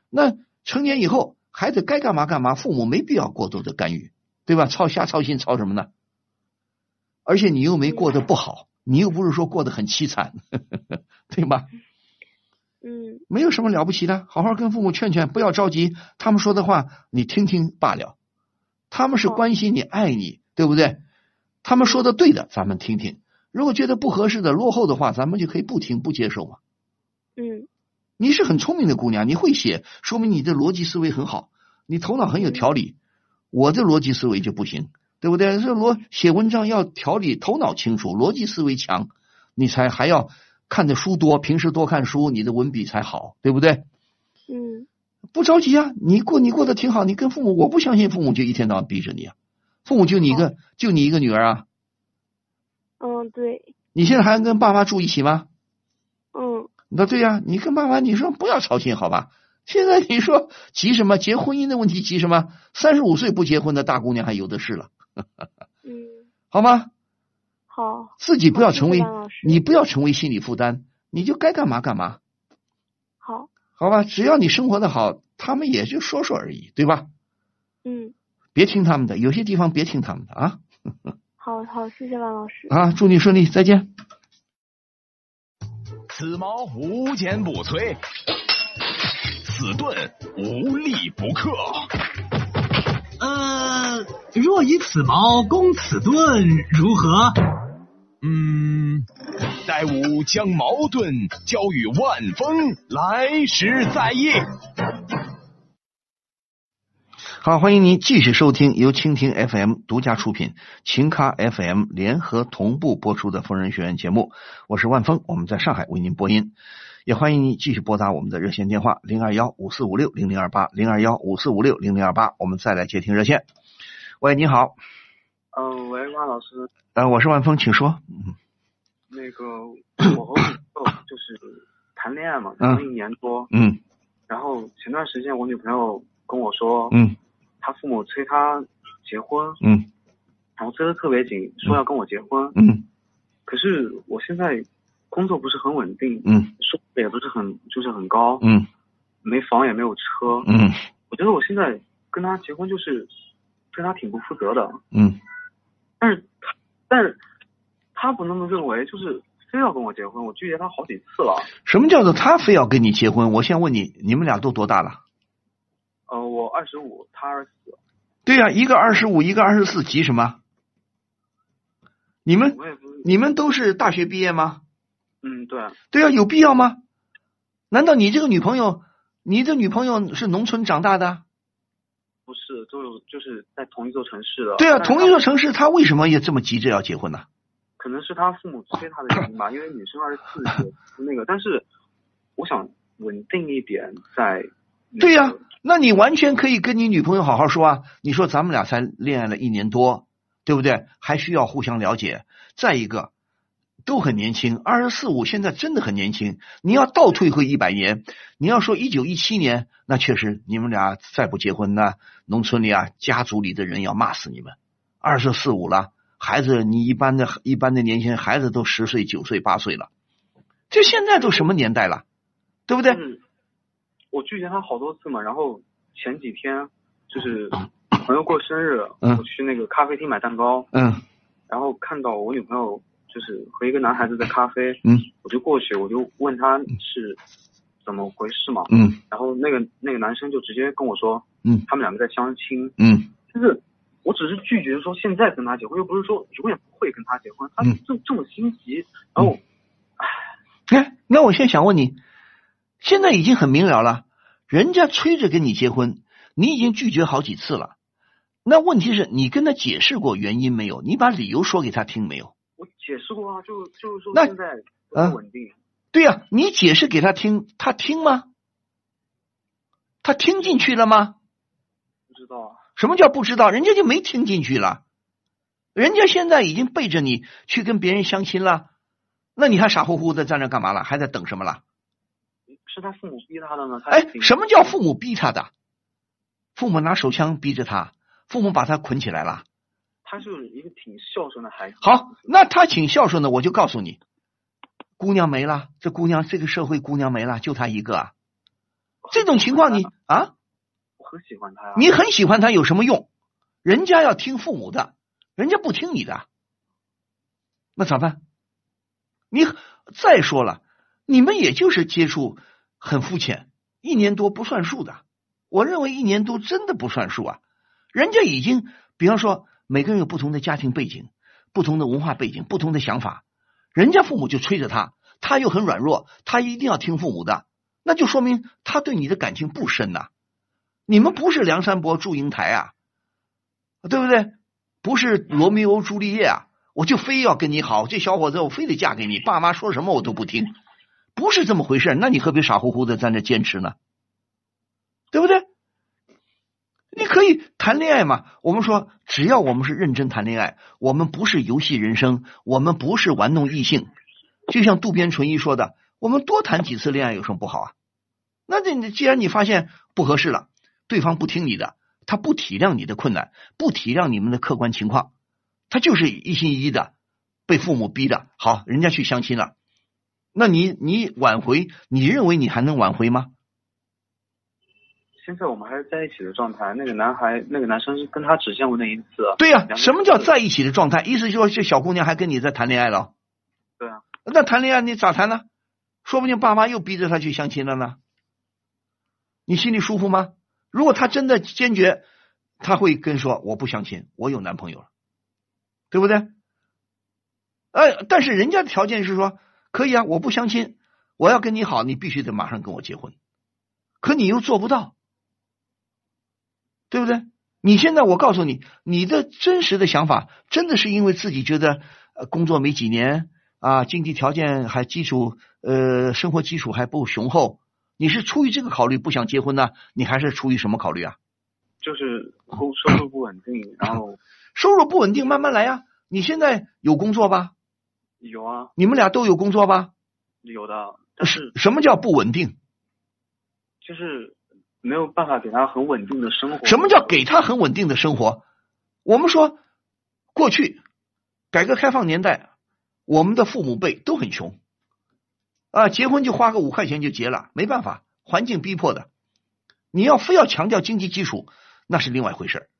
Speaker 2: 那成年以后，孩子该干嘛干嘛，父母没必要过多的干预，对吧？操瞎操心，操什么呢？而且你又没过得不好，你又不是说过得很凄惨， 对吧？
Speaker 11: 嗯
Speaker 2: 没有什么了不起的，好好跟父母劝劝，不要着急，他们说的话你听听罢了。他们是
Speaker 11: 好
Speaker 2: 关心你、爱你，对不对？他们说的对的，咱们听听。如果觉得不合适的、落后的话，咱们就可以不听、不接受嘛。
Speaker 11: 嗯
Speaker 2: 你是很聪明的姑娘，你会写，说明你的逻辑思维很好，你头脑很有条理。我的逻辑思维就不行，对不对？所以逻写文章要条理，头脑清楚，逻辑思维强，你才还要看的书多，平时多看书，你的文笔才好，对不对？
Speaker 11: 嗯
Speaker 2: 不着急啊，你过你过得挺好，你跟父母，我不相信父母就一天到晚逼着你啊，父母就你一个，就你一个女儿啊，
Speaker 11: 嗯，对，
Speaker 2: 你现在还跟爸妈住一起吗？
Speaker 11: 嗯
Speaker 2: 那对呀、你跟爸妈你说不要操心，好吧？现在你说急什么？结婚姻的问题急什么？三十五岁不结婚的大姑娘还有的是了，
Speaker 11: 嗯，
Speaker 2: 好吗？
Speaker 11: 好，
Speaker 2: 自己不要成为
Speaker 11: 好谢谢班老师
Speaker 2: 你不要成为心理负担，你就该干嘛干嘛，
Speaker 11: 好，
Speaker 2: 好吧？只要你生活的好，他们也就说说而已，对吧？
Speaker 11: 嗯，
Speaker 2: 别听他们的，有些地方别听他们的啊
Speaker 11: 好好，谢谢万老师。
Speaker 2: 啊！祝你顺利，再见。
Speaker 1: 此矛无坚不摧，此盾无力不克。
Speaker 4: 呃，若以此矛攻此盾，如何？
Speaker 1: 嗯，待吾将矛盾交与万峰，来时再议。
Speaker 2: 好，欢迎您继续收听由蜻蜓 FM 独家出品、秦咖 FM 联合同步播出的《疯人学院》节目，我是万峰，我们在上海为您播音。也欢迎您继续拨打我们的热线电话零二幺五四五六零零二八零二幺五四五六零零二八，我们再来接听热线。喂，你好，
Speaker 10: 嗯、喂，万老师，
Speaker 2: 呃，我是万峰，请说。
Speaker 10: 那个 我和我女朋友就是谈恋爱嘛，
Speaker 2: 嗯
Speaker 10: 然后一年多，
Speaker 2: 嗯
Speaker 10: 然后前段时间我女朋友跟我说，
Speaker 2: 嗯
Speaker 10: 她父母催她结婚，
Speaker 2: 嗯
Speaker 10: 然后催得特别紧，说要跟我结婚，
Speaker 2: 嗯
Speaker 10: 可是我现在工作不是很稳定，
Speaker 2: 嗯
Speaker 10: 收入也不是很就是很高，
Speaker 2: 嗯
Speaker 10: 没房也没有车，
Speaker 2: 嗯
Speaker 10: 我觉得我现在跟她结婚就是对她挺不负责的，
Speaker 2: 嗯
Speaker 10: 但是她但是她不那么认为，就是非要跟我结婚，我拒绝他好几次了。
Speaker 2: 什么叫做他非要跟你结婚？我先问你，你们俩都多大了？
Speaker 10: 呃，我二十五，他二十四。
Speaker 2: 对呀、一个二十五，一个二十四，急什么？你们
Speaker 10: 我也不是，
Speaker 2: 你们都是大学毕业吗？
Speaker 10: 嗯，对，
Speaker 2: 对啊呀、有必要吗？难道你这个女朋友，你的女朋友是农村长大的？
Speaker 10: 不是，就就是在同一座城市的。
Speaker 2: 对啊，
Speaker 10: 但是
Speaker 2: 同
Speaker 10: 他
Speaker 2: 一座城市，她为什么也这么急着要结婚呢？
Speaker 10: 可能是他父母催他的原因吧，因为女生二十四岁那个，但是我想稳定一点再。
Speaker 2: 嗯对呀、那你完全可以跟你女朋友好好说啊。你说咱们俩才恋爱了一年多，对不对？还需要互相了解。再一个，都很年轻，二十四五现在真的很年轻。你要倒退回一百年，你要说一九一七年，那确实你们俩再不结婚那农村里啊，家族里的人要骂死你们。二十四五了，孩子你一般的一般的年轻人，孩子都十岁、九岁、八岁了，这现在都什么年代了，对不对？
Speaker 10: 嗯，我拒绝他好多次嘛，然后前几天就是朋友过生日，
Speaker 2: 嗯
Speaker 10: 我去那个咖啡厅买蛋糕，
Speaker 2: 嗯
Speaker 10: 然后看到我女朋友就是和一个男孩子在咖啡，
Speaker 2: 嗯
Speaker 10: 我就过去，我就问他是怎么回事嘛，
Speaker 2: 嗯
Speaker 10: 然后那个那个男生就直接跟我说，
Speaker 2: 嗯
Speaker 10: 他们两个在相亲，
Speaker 2: 嗯
Speaker 10: 就是我只是拒绝说现在跟他结婚，又不是说永远不会跟他结婚，他
Speaker 2: 嗯
Speaker 10: 这这么心急，然后
Speaker 2: 哎，那我现在想问你，现在已经很明了了，人家催着跟你结婚，你已经拒绝好几次了。那问题是你跟他解释过原因没有？你把理由说给他听没有？
Speaker 10: 我解释过啊，就就是说
Speaker 2: 那
Speaker 10: 现在不
Speaker 2: 嗯
Speaker 10: 太稳定，
Speaker 2: 对呀、你解释给他听，他听吗？他听进去了吗？
Speaker 10: 不知道啊。
Speaker 2: 什么叫不知道？人家就没听进去了，人家现在已经背着你去跟别人相亲了，那你还傻乎乎的在那干嘛了？还在等什么了？
Speaker 10: 是他父母逼他的呢？他
Speaker 2: 哎， 什
Speaker 10: 么？
Speaker 2: 么叫父母逼他的？父母拿手枪逼着他，父母把他捆起来了。
Speaker 10: 他是一个挺孝顺的孩子。
Speaker 2: 好，那他挺孝顺的，我就告诉你，姑娘没了，这姑娘这个社会姑娘没了，就她一个啊。这种情况你啊，
Speaker 10: 我很喜欢他呀。
Speaker 2: 你很喜欢她有什么用？人家要听父母的，人家不听你的，那咋办？你再说了，你们也就是接触很肤浅，一年多不算数的。我认为一年多真的不算数啊！人家已经，比方说每个人有不同的家庭背景、不同的文化背景、不同的想法，人家父母就催着他，他又很软弱，他一定要听父母的，那就说明他对你的感情不深呐、你们不是梁山伯祝英台啊，对不对？不是罗密欧朱丽叶啊，我就非要跟你好，这小伙子我非得嫁给你，爸妈说什么我都不听，不是这么回事，那你何必傻乎乎的在那坚持呢？对不对？你可以谈恋爱嘛？我们说，只要我们是认真谈恋爱，我们不是游戏人生，我们不是玩弄异性。就像渡边淳一说的，我们多谈几次恋爱有什么不好啊？那这你既然你发现不合适了，对方不听你的，他不体谅你的困难，不体谅你们的客观情况，他就是一心一意的被父母逼的。好，人家去相亲了，那你你挽回，你认为你还能挽回吗？
Speaker 10: 现在我们还是在一起的状态。那个男孩，那个男生是跟他只见过那一次。
Speaker 2: 对呀、
Speaker 10: 两个人
Speaker 2: 什么叫在一起的状态？意思就是这小姑娘还跟你在谈恋爱了。
Speaker 10: 对啊，
Speaker 2: 那谈恋爱你咋谈呢？说不定爸妈又逼着他去相亲了呢。你心里舒服吗？如果他真的坚决，他会跟说我不相亲，我有男朋友了，对不对？哎，但是人家的条件是说可以啊，我不相亲，我要跟你好，你必须得马上跟我结婚。可你又做不到，对不对？你现在我告诉你，你的真实的想法真的是因为自己觉得呃工作没几年啊，经济条件还基础呃生活基础还不雄厚，你是出于这个考虑不想结婚呢？你还是出于什么考虑啊？
Speaker 10: 就是工收入不稳定，然 后
Speaker 2: 收入不稳定，慢慢来呀、你现在有工作吧？
Speaker 10: 有啊
Speaker 2: 你们俩都有工作吧？
Speaker 10: 有的，但是
Speaker 2: 什么叫不稳定？
Speaker 10: 就是没有办法给他很稳定的生活。
Speaker 2: 什么叫给他很稳定的生活？我们说，过去改革开放年代，我们的父母辈都很穷啊，结婚就花个五块钱就结了，没办法，环境逼迫的。你要非要强调经济基础，那是另外一回事儿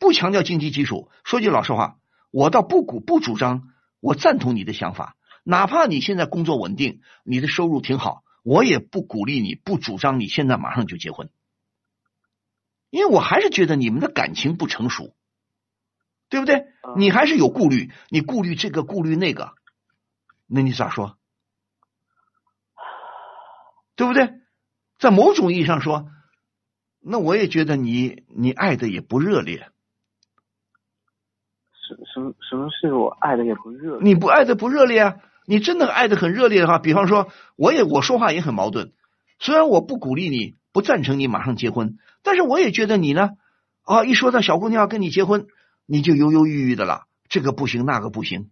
Speaker 2: 不强调经济基础，说句老实话，我倒不鼓不主张，我赞同你的想法，哪怕你现在工作稳定，你的收入挺好，我也不鼓励你，不主张你现在马上就结婚，因为我还是觉得你们的感情不成熟，对不对？你还是有顾虑，你顾虑这个，顾虑那个，那你咋说？对不对？在某种意义上说，那我也觉得你你爱的也不热烈。
Speaker 10: 什什么什么是我爱的也不热烈？
Speaker 2: 你不爱的不热烈啊！你真的爱的很热烈的话，比方说，我也我说话也很矛盾。虽然我不鼓励你，不赞成你马上结婚，但是我也觉得你呢，啊，一说到小姑娘要跟你结婚，你就犹犹豫豫的了，这个不行，那个不行。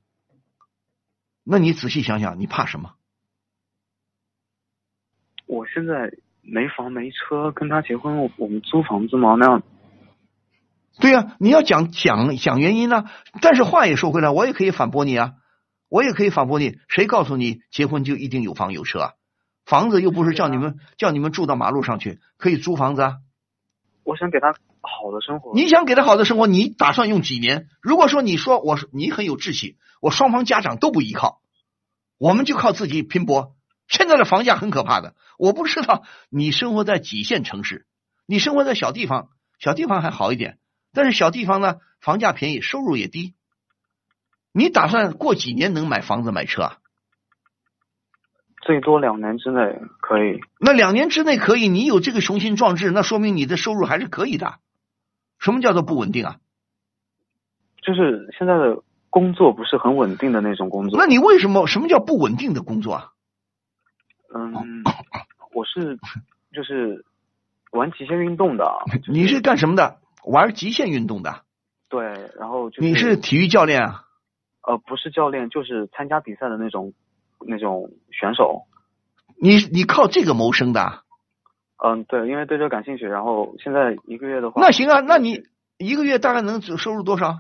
Speaker 2: 那你仔细想想，你怕什么？
Speaker 10: 我现在没房没车，跟他结婚，我我们租房子嘛，那
Speaker 2: 对呀、你要讲讲讲原因呢、但是话也说回来，我也可以反驳你啊，我也可以反驳你。谁告诉你结婚就一定有房有车啊？房子又不是叫你们、叫你们住到马路上去，可以租房子啊。
Speaker 10: 我想给他好的生活。
Speaker 2: 你想给他好的生活，你打算用几年？如果说你说我是你很有志气，我双方家长都不依靠，我们就靠自己拼搏。现在的房价很可怕的，我不知道你生活在几线城市，你生活在小地方，小地方还好一点，但是小地方呢，房价便宜，收入也低。你打算过几年能买房子买车啊？
Speaker 10: 最多两年之内可以。
Speaker 2: 那两年之内可以，你有这个雄心壮志，那说明你的收入还是可以的。什么叫做不稳定啊？
Speaker 10: 就是现在的工作不是很稳定的那种工作。
Speaker 2: 那你为什么什么叫不稳定的工作啊？
Speaker 10: 嗯，我是就是玩极限运动的，啊
Speaker 2: 你是干什么的？玩极限运动的？啊
Speaker 10: 对，然后就是
Speaker 2: 你是体育教练啊？
Speaker 10: 呃不是教练，就是参加比赛的那种那种选手。
Speaker 2: 你你靠这个谋生的啊？
Speaker 10: 嗯，对，因为对这感兴趣，然后现在一个月的话，
Speaker 2: 那行啊，那你一个月大概能收入多少？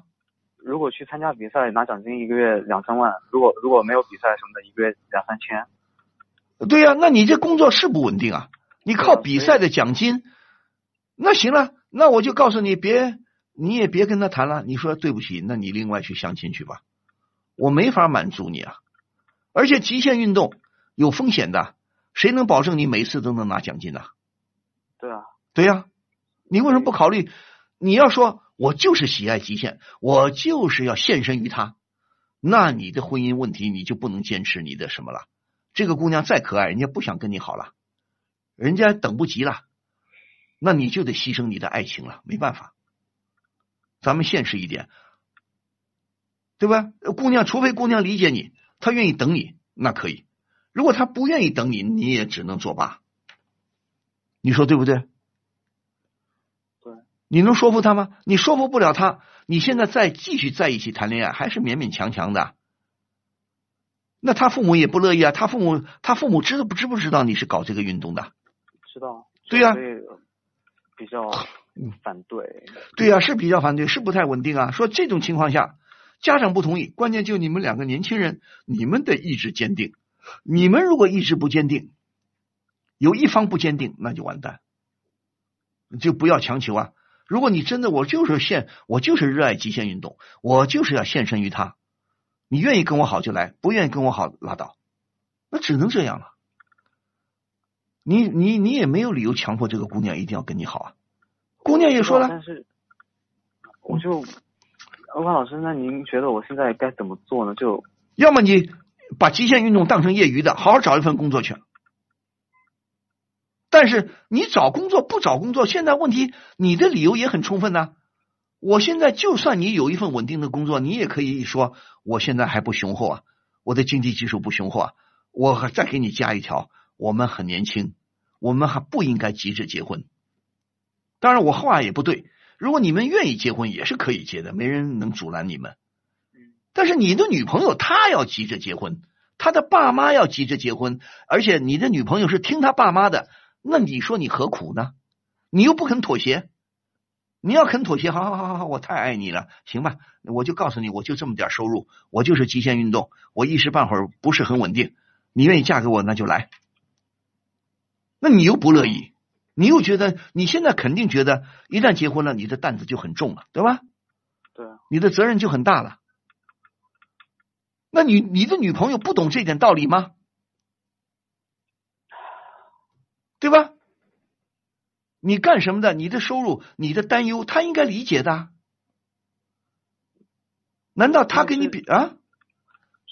Speaker 10: 如果去参加比赛拿奖金，一个月两三万；如果如果没有比赛什么的，一个月两三千。
Speaker 2: 对呀、那你这工作是不稳定啊！你靠比赛的奖金，那行了，那我就告诉你，别你也别跟他谈了。你说对不起，那你另外去相亲去吧，我没法满足你啊！而且极限运动有风险的，谁能保证你每次都能拿奖金呢、
Speaker 10: 对啊，
Speaker 2: 对呀、你为什么不考虑？你要说我就是喜爱极限，我就是要献身于他，那你的婚姻问题你就不能坚持你的什么了。这个姑娘再可爱，人家不想跟你好了，人家等不及了，那你就得牺牲你的爱情了，没办法。咱们现实一点，对吧？呃姑娘，除非姑娘理解你，她愿意等你，那可以；如果她不愿意等你，你也只能作罢。你说对不对？
Speaker 10: 对。
Speaker 2: 你能说服她吗？你说服不了她，你现在再继续在一起谈恋爱，还是勉勉强强的。那他父母也不乐意啊，他父母他父母知道不知不知道你是搞这个运动的？
Speaker 10: 知道。
Speaker 2: 对呀
Speaker 10: 所以比较反对。
Speaker 2: 对呀、是比较反对，是不太稳定啊。说这种情况下，家长不同意，关键就你们两个年轻人，你们的意志坚定。你们如果意志不坚定，有一方不坚定，那就完蛋。就不要强求啊！如果你真的我就是献，我就是热爱极限运动，我就是要献身于他。你愿意跟我好就来，不愿意跟我好拉倒，那只能这样了。你你你也没有理由强迫这个姑娘一定要跟你好啊。姑娘也说了，
Speaker 10: 但是我就万老师，那您觉得我现在该怎么做呢？就
Speaker 2: 要么你把极限运动当成业余的，好好找一份工作去。但是你找工作不找工作，现在问题你的理由也很充分呐、我现在就算你有一份稳定的工作，你也可以说我现在还不雄厚啊，我的经济基础不雄厚啊，我还再给你加一条，我们很年轻，我们还不应该急着结婚。当然我话也不对，如果你们愿意结婚也是可以结的，没人能阻拦你们。但是你的女朋友她要急着结婚，她的爸妈要急着结婚，而且你的女朋友是听她爸妈的，那你说你何苦呢？你又不肯妥协，你要肯妥协，好好好好好，我太爱你了，行吧？我就告诉你，我就这么点收入，我就是极限运动，我一时半会儿不是很稳定，你愿意嫁给我那就来。那你又不乐意，你又觉得你现在肯定觉得一旦结婚了，你的担子就很重了，对吧？
Speaker 10: 对，啊
Speaker 2: 你的责任就很大了。那你你的女朋友不懂这点道理吗？对吧？你干什么的？你的收入，你的担忧，她应该理解的。啊难道她跟你比啊？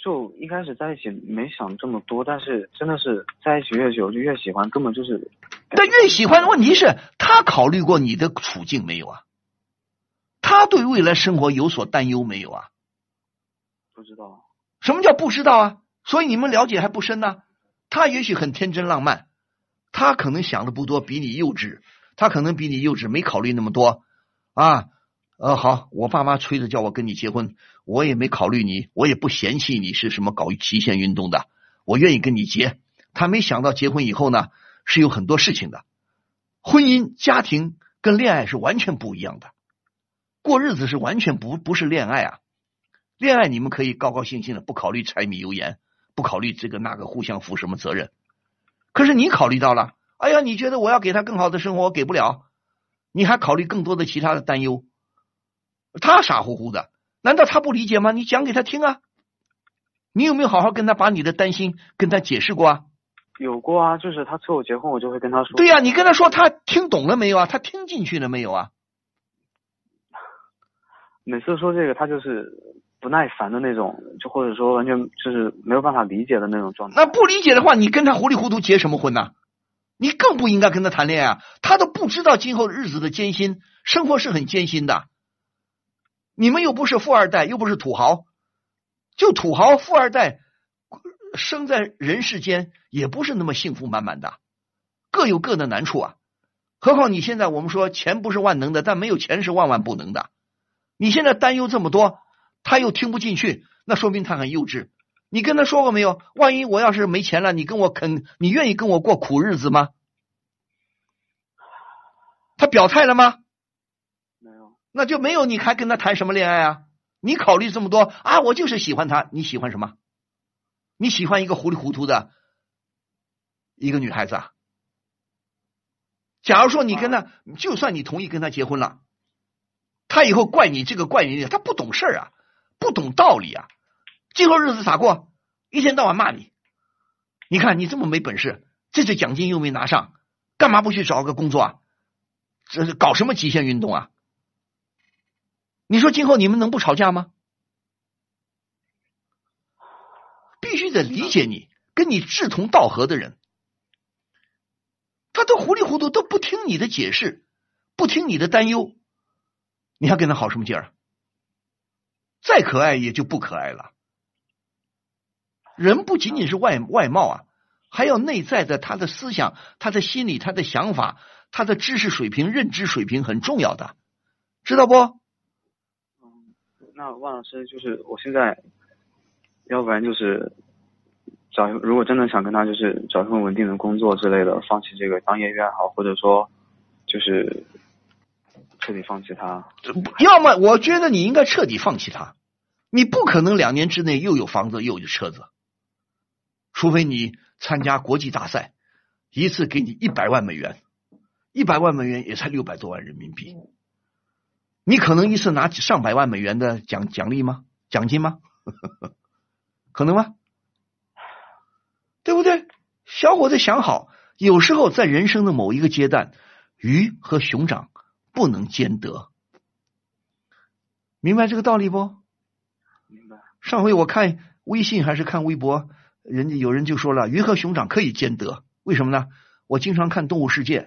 Speaker 10: 就一开始在一起没想这么多，但是真的是在一起越久就越喜欢，根本就是。
Speaker 2: 但越喜欢的问题是，她考虑过你的处境没有啊？她对未来生活有所担忧没有啊？
Speaker 10: 不知道，啊
Speaker 2: 什么叫不知道啊？所以你们了解还不深呢、他也许很天真浪漫，他可能想的不多，比你幼稚，他可能比你幼稚，没考虑那么多啊。呃，好，我爸妈催着叫我跟你结婚，我也没考虑你，我也不嫌弃你是什么搞极限运动的，我愿意跟你结。他没想到结婚以后呢，是有很多事情的，婚姻、家庭跟恋爱是完全不一样的，过日子是完全不不是恋爱啊。恋爱你们可以高高兴兴的，不考虑柴米油盐，不考虑这个那个，互相负什么责任。可是你考虑到了，哎呀，你觉得我要给他更好的生活，我给不了，你还考虑更多的其他的担忧。他傻乎乎的，难道他不理解吗？你讲给他听啊。你有没有好好跟他把你的担心跟他解释过啊？
Speaker 10: 有过啊，就是他催我结婚，我就会跟他说。
Speaker 2: 对呀、你跟他说他听懂了没有啊？他听进去了没有啊？
Speaker 10: 每次说这个，他就是不耐烦的那种，就或者说完全就是没有办法理解的那种状态。
Speaker 2: 那不理解的话，你跟他糊里糊涂结什么婚呢、你更不应该跟他谈恋爱啊！他都不知道今后日子的艰辛，生活是很艰辛的。你们又不是富二代，又不是土豪，就土豪、富二代生在人世间，也不是那么幸福满满的，各有各的难处啊。何况你现在我们说钱不是万能的，但没有钱是万万不能的。你现在担忧这么多，他又听不进去，那说明他很幼稚。你跟他说过没有？万一我要是没钱了，你跟我肯，你愿意跟我过苦日子吗？他表态了吗？
Speaker 10: 没有，
Speaker 2: 那就没有你还跟他谈什么恋爱啊？你考虑这么多啊？我就是喜欢他，你喜欢什么？你喜欢一个糊里糊涂的一个女孩子啊？假如说你跟
Speaker 10: 啊
Speaker 2: 他，就算你同意跟他结婚了，他以后怪你这个怪你那个，他不懂事儿啊，不懂道理啊，今后日子咋过？一天到晚骂你，你看你这么没本事，这次奖金又没拿上，干嘛不去找个工作啊？这是搞什么极限运动啊？你说今后你们能不吵架吗？必须得理解你，跟你志同道合的人，他都糊里糊涂，都不听你的解释，不听你的担忧，你还跟他好什么劲儿啊？再可爱也就不可爱了。人不仅仅是外外貌啊，还有内在的他的思想、他的心理、他的想法、他的知识水平、认知水平很重要的，知道不？
Speaker 10: 那万老师就是我现在，要不然就是找一如果真的想跟他就是找一份稳定的工作之类的，放弃这个当业余爱好，或者说就是彻底放弃他。
Speaker 2: 要么我觉得你应该彻底放弃他，你不可能两年之内又有房子又有车子，除非你参加国际大赛，一次给你一百万美元，一百万美元也才六百多万人民币，你可能一次拿上百万美元的奖奖励吗？奖金吗？ 可能吗？对不对？小伙子想好，有时候在人生的某一个阶段，鱼和熊掌不能兼得。明白这个道理不？
Speaker 10: 明白。
Speaker 2: 上回我看微信还是看微博，人家有人就说了，鱼和熊掌可以兼得，为什么呢？我经常看《动物世界》，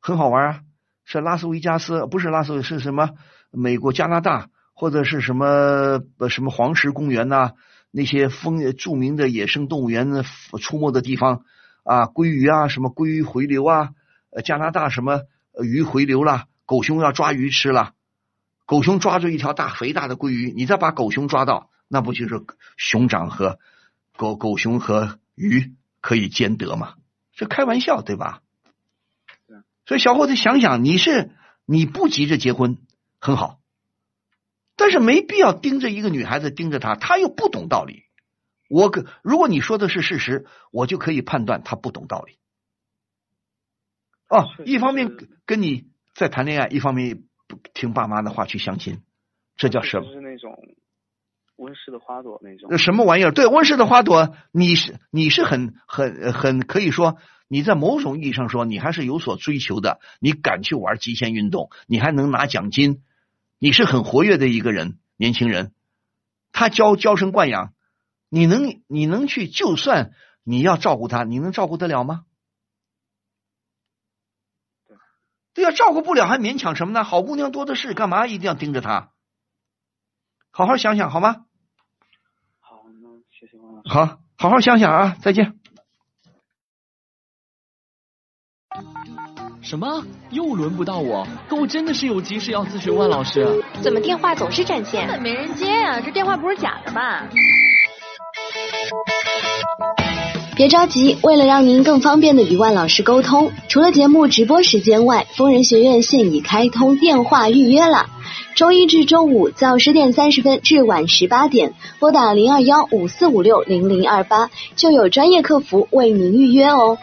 Speaker 2: 很好玩啊，是拉斯维加斯，不是拉斯维是什么？美国、加拿大或者是什么呃什么黄石公园呐、那些风著名的野生动物园呢出没的地方啊，鲑鱼啊，什么鲑鱼回流啊，呃，加拿大什么呃鱼回流啦，狗熊要抓鱼吃了。狗熊抓住一条大肥大的鲑鱼，你再把狗熊抓到，那不就是熊掌和狗狗熊和鱼可以兼得吗？这开玩笑对吧？所以小伙子想想，你是你不急着结婚很好，但是没必要盯着一个女孩子盯着她，她又不懂道理。我可如果你说的是事实，我就可以判断她不懂道理。哦，一方面跟你
Speaker 10: 啊
Speaker 2: 在谈恋爱，一方面不听爸妈的话去相亲，这叫什么
Speaker 10: 就？是那种
Speaker 12: 温室的花朵那种。
Speaker 2: 什么玩意儿？对，温室的花朵，你是你是很很很可以说，你在某种意义上说，你还是有所追求的。你敢去玩极限运动，你还能拿奖金，你是很活跃的一个人，年轻人。他娇娇生惯养，你能你能去，就算你要照顾他，你能照顾得了吗？对呀、啊，照顾不了还勉强什么呢？好姑娘多的是，干嘛一定要盯着她？好好想想好吗？
Speaker 12: 好，那谢谢王老师。
Speaker 2: 好，好好想想啊！再见。
Speaker 6: 什么？又轮不到我？可我真的是有急事要咨询万老师。
Speaker 8: 怎么电话总是占线？根本没人接呀、啊！这电话不是假的吧？
Speaker 7: 别着急，为了让您更方便的与万老师沟通，除了节目直播时间外，疯人学院现已开通电话预约了。周一至周五早十点三十分至晚十八点，拨打零二幺五四五六零零二八，就有专业客服为您预约哦。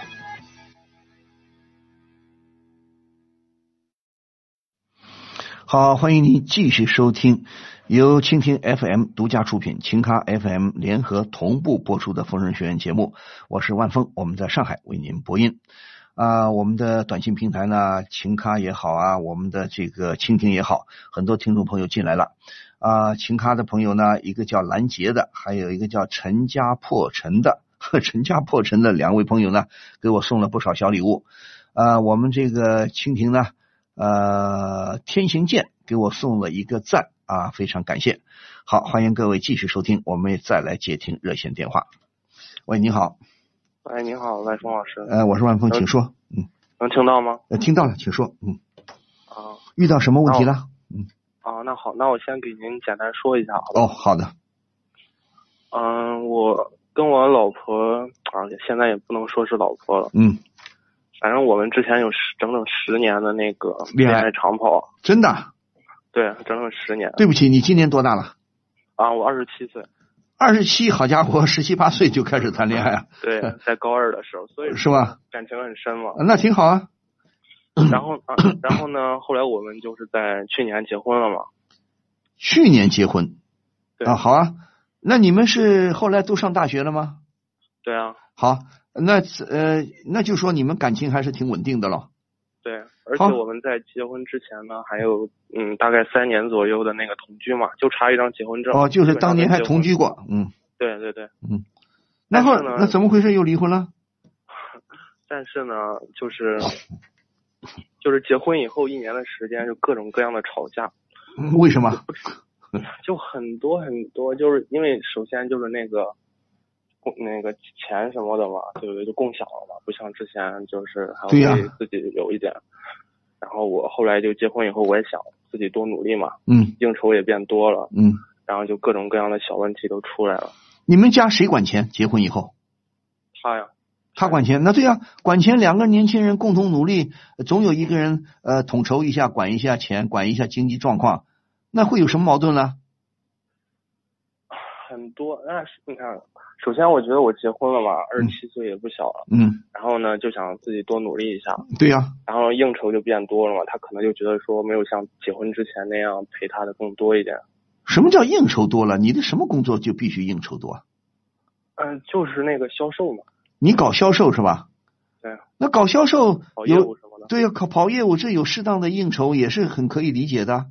Speaker 2: 好，欢迎您继续收听由蜻蜓 FM 独家出品、秦咖 FM 联合同步播出的《疯人学院》节目，我是万峰，我们在上海为您播音。啊、呃，我们的短信平台呢，秦咖也好啊，我们的这个蜻蜓也好，很多听众朋友进来了。啊、呃，秦咖的朋友呢，一个叫兰杰的，还有一个叫陈家破尘的， 呵陈家破尘的两位朋友呢，给我送了不少小礼物。啊、呃，我们这个蜻蜓呢。呃，天行健给我送了一个赞啊，非常感谢。好，欢迎各位继续收听，我们再来接听热线电话。喂，你好。
Speaker 12: 喂，哎你好，万峰老师。
Speaker 2: 呃，我是万峰，请说。
Speaker 12: 嗯，能听到吗？
Speaker 2: 呃，听到了，请说。嗯。
Speaker 12: 啊。
Speaker 2: 遇到什么问题了？嗯。
Speaker 12: 啊，那好，那我先给您简单说一下。
Speaker 2: 哦，好的。
Speaker 12: 嗯、呃，我跟我老婆啊，现在也不能说是老婆了。
Speaker 2: 嗯。
Speaker 12: 反正我们之前有十整整十年的那个恋爱长跑，
Speaker 2: 真的，
Speaker 12: 对，整整十年。
Speaker 2: 对不起，你今年多大了？
Speaker 12: 啊，我二十七岁。
Speaker 2: 二十七，好家伙，十七八岁就开始谈恋爱啊！
Speaker 12: 对，在高二的时候，所以
Speaker 2: 是吧？
Speaker 12: 感情很深嘛。
Speaker 2: 那挺好啊。
Speaker 12: 然后啊，然后呢？后来我们就是在去年结婚了嘛。
Speaker 2: 去年结婚。
Speaker 12: 对
Speaker 2: 啊，好啊。那你们是后来都上大学了吗？
Speaker 12: 对啊。
Speaker 2: 好。那呃，那就说你们感情还是挺稳定的了。
Speaker 12: 对，而且我们在结婚之前呢，还有嗯，大概三年左右的那个同居嘛，就差一张结婚证。
Speaker 2: 哦，就是当年还同居过，嗯。
Speaker 12: 对对对。
Speaker 2: 嗯。然后那怎么回事？又离婚了？
Speaker 12: 但是呢，就是就是结婚以后一年的时间，就各种各样的吵架。
Speaker 2: 为什么？嗯
Speaker 12: 就很多很多，就是因为首先就是那个。那个钱什么的嘛，对不对？就共享了嘛，不像之前就是还会自己有一点。
Speaker 2: 啊、
Speaker 12: 然后我后来就结婚以后，我也想自己多努力嘛，
Speaker 2: 嗯，
Speaker 12: 应酬也变多了，
Speaker 2: 嗯，
Speaker 12: 然后就各种各样的小问题都出来了。
Speaker 2: 你们家谁管钱？结婚以后？
Speaker 12: 他呀，
Speaker 2: 他管钱。那对呀、啊，管钱，两个年轻人共同努力，总有一个人呃统筹一下，管一下钱，管一下经济状况，那会有什么矛盾呢？
Speaker 12: 很多，那你看。首先，我觉得我结婚了嘛，二十七岁也不小了，
Speaker 2: 嗯，
Speaker 12: 然后呢，就想自己多努力一下，
Speaker 2: 对呀、啊，
Speaker 12: 然后应酬就变多了嘛，他可能就觉得说没有像结婚之前那样陪他的更多一点。
Speaker 2: 什么叫应酬多了？你的什么工作就必须应酬多？啊
Speaker 12: 嗯、呃，就是那个销售嘛。
Speaker 2: 你搞销售是吧？
Speaker 12: 对。
Speaker 2: 那搞销售
Speaker 12: 跑
Speaker 2: 业
Speaker 12: 务什么的，
Speaker 2: 对呀，跑跑业务这有适当的应酬也是很可以理解的。啊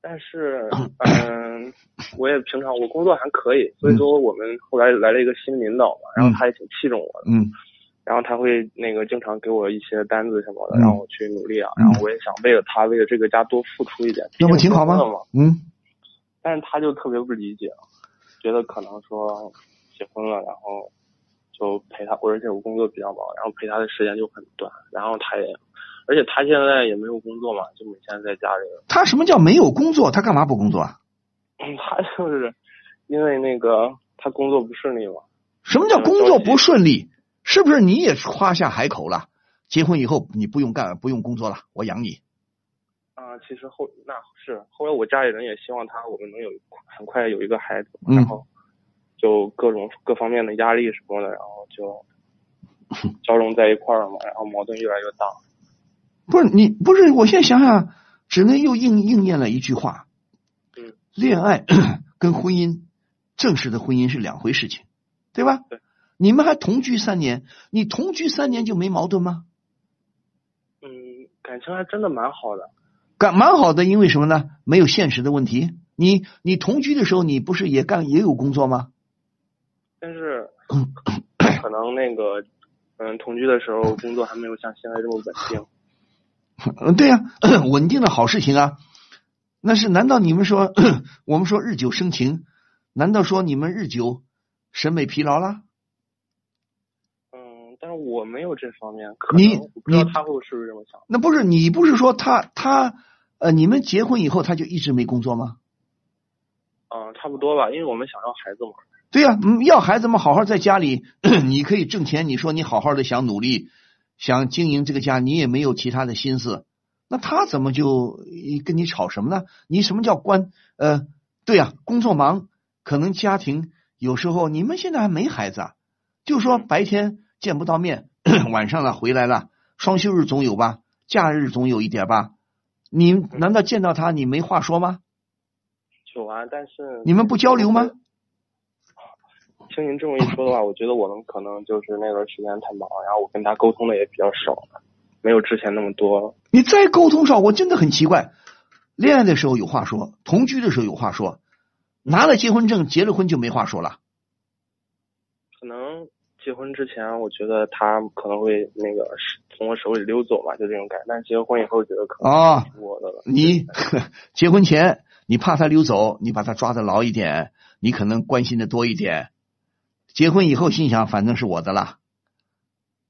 Speaker 12: 但是，嗯、呃，我也平常我工作还可以，所以说我们后来来了一个新领导嘛，然后他也挺器重我的，
Speaker 2: 嗯，
Speaker 12: 然后他会那个经常给我一些单子什么
Speaker 2: 嗯
Speaker 12: 的，让我去努力啊，然后我也想为了他，为了这个家多付出一点，
Speaker 2: 那不挺好
Speaker 12: 吗？
Speaker 2: 嗯，
Speaker 12: 但是他就特别不理解，觉得可能说结婚了，然后就陪他，而且我工作比较忙，然后陪他的时间就很短，然后他也。而且他现在也没有工作嘛，就每天在家里。
Speaker 2: 他什么叫没有工作？他干嘛不工作啊？
Speaker 12: 嗯、 他就是因为那个他工作不顺利嘛。
Speaker 2: 什么叫工作不顺利？是不是你也夸下海口了？结婚以后你不用干，不用工作了，我养你。
Speaker 12: 啊、呃，其实后那是后来我家里人也希望他我们能有很快有一个孩子，嗯、然后就各种各方面的压力什么的，然 后就交融在一块儿嘛，然后矛盾越来越大。
Speaker 2: 不是你，不是我现在想想，只能又应应验了一句话：
Speaker 12: 嗯，
Speaker 2: 恋爱 跟婚姻正式的婚姻是两回事情，对吧？你们还同居三年，你同居三年就没矛盾吗？
Speaker 12: 嗯，感情还真的蛮好的。
Speaker 2: 感蛮好的，因为什么呢？没有现实的问题。你你同居的时候，你不是也干也有工作吗？
Speaker 12: 但是可能那个，嗯，同居的时候工作还没有像现在这么稳定。
Speaker 2: 嗯，对呀、 稳定的好事情啊。那是难道你们说 我们说日久生情，难道说你们日久审美疲劳啦？
Speaker 12: 嗯，但是我没有这方面，可
Speaker 2: 你
Speaker 12: 能我不知道
Speaker 2: 你
Speaker 12: 他会是不是这么想。
Speaker 2: 那不是你不是说他他呃你们结婚以后他就一直没工作吗？
Speaker 12: 嗯，差不多吧，因为我们想要孩子嘛。
Speaker 2: 对呀、嗯，要孩子们好好在家里， 你可以挣钱。你说你好好的想努力，想经营这个家，你也没有其他的心思，那他怎么就一跟你吵什么呢？你什么叫关？呃，对呀、工作忙，可能家庭有时候你们现在还没孩子啊，就说白天见不到面， 晚上了回来了，双休日总有吧，假日总有一点吧。你难道见到他你没话说吗？
Speaker 12: 有啊，但是
Speaker 2: 你们不交流吗？
Speaker 12: 听您这么一说的话，我觉得我们可能就是那段时间太忙，然后我跟他沟通的也比较少了，没有之前那么多了。
Speaker 2: 你再沟通上，我真的很奇怪。恋爱的时候有话说，同居的时候有话说，拿了结婚证结了婚就没话说了。
Speaker 12: 可能结婚之前，啊我觉得他可能会那个是从我手里溜走吧，就这种感觉。但是结婚以后，觉得可能
Speaker 2: 啊
Speaker 12: 是我的了。
Speaker 2: 你 结婚前你怕他溜走，你把他抓的牢一点，你可能关心的多一点。结婚以后心想，反正是我的啦，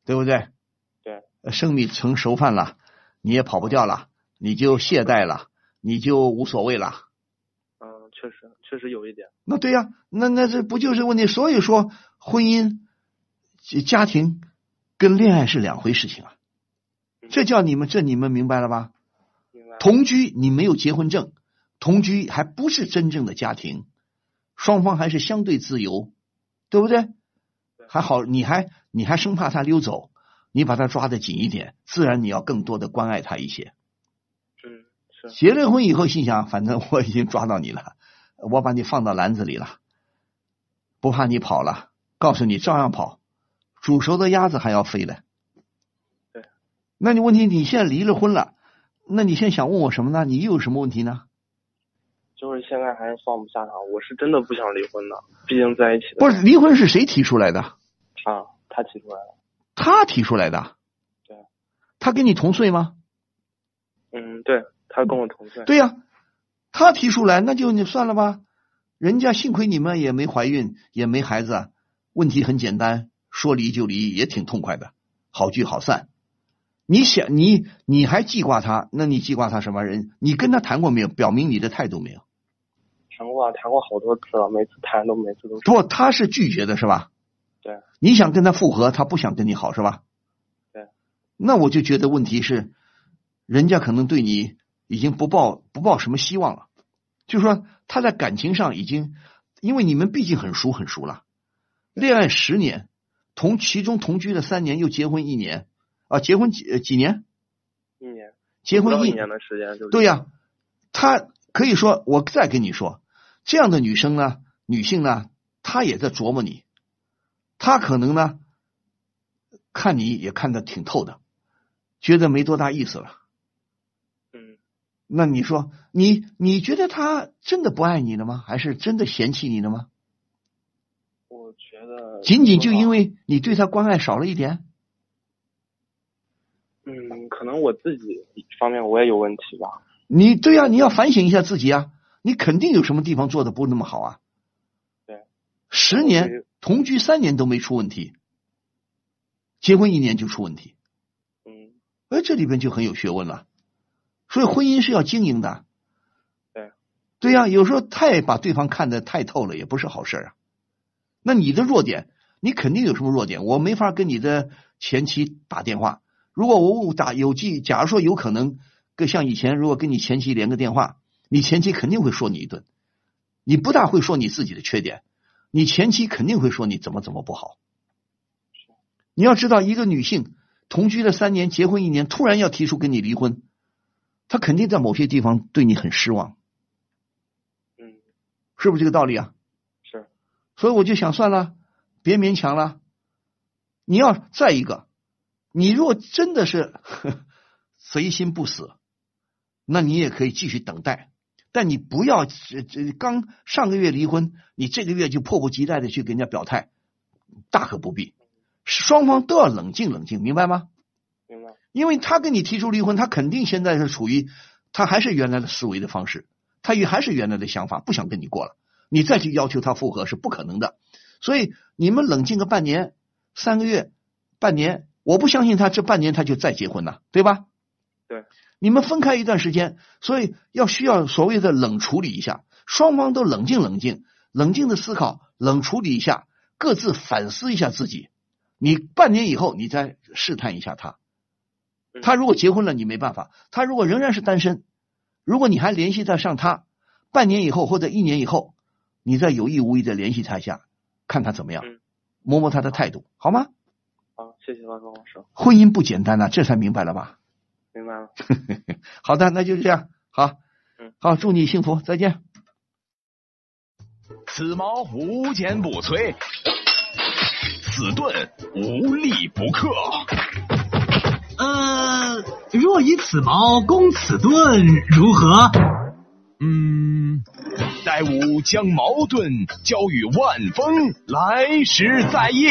Speaker 2: 对不对？
Speaker 12: 对。
Speaker 2: 生米成熟饭了，你也跑不掉了，你就懈怠了，你就无所谓了。
Speaker 12: 嗯，确实确实有一点。
Speaker 2: 那对呀、那那这不就是问题？所以说，婚姻、家家庭跟恋爱是两回事情啊。
Speaker 12: 嗯
Speaker 2: 这叫你们，这你们明白了吧？同居你没有结婚证，同居还不是真正的家庭，双方还是相对自由，对不对？还好，你还你还生怕他溜走，你把他抓得紧一点，自然你要更多的关爱他一些。
Speaker 12: 嗯，是。
Speaker 2: 结了婚以后，心想反正我已经抓到你了，我把你放到篮子里了，不怕你跑了，告诉你照样跑，煮熟的鸭子还要飞嘞。
Speaker 12: 对。
Speaker 2: 那你问题，你现在离了婚了，那你现在想问我什么呢？你又有什么问题呢？
Speaker 12: 就是现在还是放不下他，我是真的不想离婚的，毕竟在一起的
Speaker 2: 不是离婚是谁提出来的？
Speaker 12: 他他提出来了。
Speaker 2: 他提出来的。
Speaker 12: 对。
Speaker 2: 他跟你同岁吗？
Speaker 12: 嗯，对他跟我同岁。
Speaker 2: 对呀、他提出来，那就你算了吧。人家幸亏你们也没怀孕，也没孩子，啊问题很简单，说离就离，也挺痛快的，好聚好散。你想你你还记挂他，那你记挂他什么人？你跟他谈过没有？表明你的态度没有？
Speaker 12: 谈过啊，谈过好多次了，每次谈都每次都是
Speaker 2: 不，他是拒绝的是吧？
Speaker 12: 对。
Speaker 2: 你想跟他复合，他不想跟你好是吧？
Speaker 12: 对。
Speaker 2: 那我就觉得问题是，人家可能对你已经不抱不抱什么希望了，就说他在感情上已经，因为你们毕竟很熟很熟了，恋爱十年，同其中同居了三年，又结婚一年，啊，结婚几呃几年？
Speaker 12: 一年。
Speaker 2: 结婚
Speaker 12: 不到
Speaker 2: 一
Speaker 12: 一年的时间就是。
Speaker 2: 对呀、她可以说，我再跟你说，这样的女生呢，女性呢，她也在琢磨你，她可能呢，看你也看得挺透的，觉得没多大意思了。
Speaker 12: 嗯，
Speaker 2: 那你说，你你觉得她真的不爱你了吗？还是真的嫌弃你了吗？
Speaker 12: 我觉得
Speaker 2: 仅仅就因为你对她关爱少了一点？
Speaker 12: 嗯，可能我自己方面我也有问题吧。
Speaker 2: 你对啊呀、你要反省一下自己啊，你肯定有什么地方做的不那么好啊。
Speaker 12: 对，
Speaker 2: 十
Speaker 12: 我
Speaker 2: 年
Speaker 12: 是
Speaker 2: 同居三年都没出问题，结婚一年就出问题，
Speaker 12: 嗯，
Speaker 2: 哎，这里边就很有学问了。所以婚姻是要经营的。
Speaker 12: 对，
Speaker 2: 对呀、有时候太把对方看得太透了，也不是好事儿啊。那你的弱点，你肯定有什么弱点？我没法跟你的前妻打电话。如果我误打有记，假如说有可能，跟像以前，如果跟你前妻连个电话，你前妻肯定会说你一顿。你不大会说你自己的缺点，你前妻肯定会说你怎么怎么不好。你要知道，一个女性同居了三年，结婚一年，突然要提出跟你离婚，她肯定在某些地方对你很失望。
Speaker 12: 嗯，
Speaker 2: 是不是这个道理啊？
Speaker 12: 是。
Speaker 2: 所以我就想算了，别勉强了。你要再一个，你如果真的是 呵贼心不死，那你也可以继续等待，但你不要这这刚上个月离婚，你这个月就迫不及待的去给人家表态，大可不必。双方都要冷静冷静，明白吗？
Speaker 12: 明白。
Speaker 2: 因为他跟你提出离婚，他肯定现在是处于他还是原来的思维的方式，他也还是原来的想法，不想跟你过了。你再去要求他复合是不可能的，所以你们冷静个半年、三个月、半年，我不相信他这半年他就再结婚了，对吧？
Speaker 12: 对。
Speaker 2: 你们分开一段时间，所以要需要所谓的冷处理一下，双方都冷静冷静，冷静的思考，冷处理一下，各自反思一下自己。你半年以后，你再试探一下他。他如果结婚了，你没办法；他如果仍然是单身，如果你还联系得上他，半年以后或者一年以后，你再有意无意的联系他一下，看他怎么样，摸摸他的态度，好吗？
Speaker 12: 好，谢谢万峰老师。
Speaker 2: 婚姻不简单呐、啊这才明白了吧？
Speaker 12: 明白了。
Speaker 2: 好的，那就这样，好，好，祝你幸福，再见。
Speaker 1: 此矛无坚不摧，此盾无力不克。
Speaker 4: 呃，若以此矛攻此盾，如何？
Speaker 1: 嗯，待吾将矛盾交与万峰，来时再议。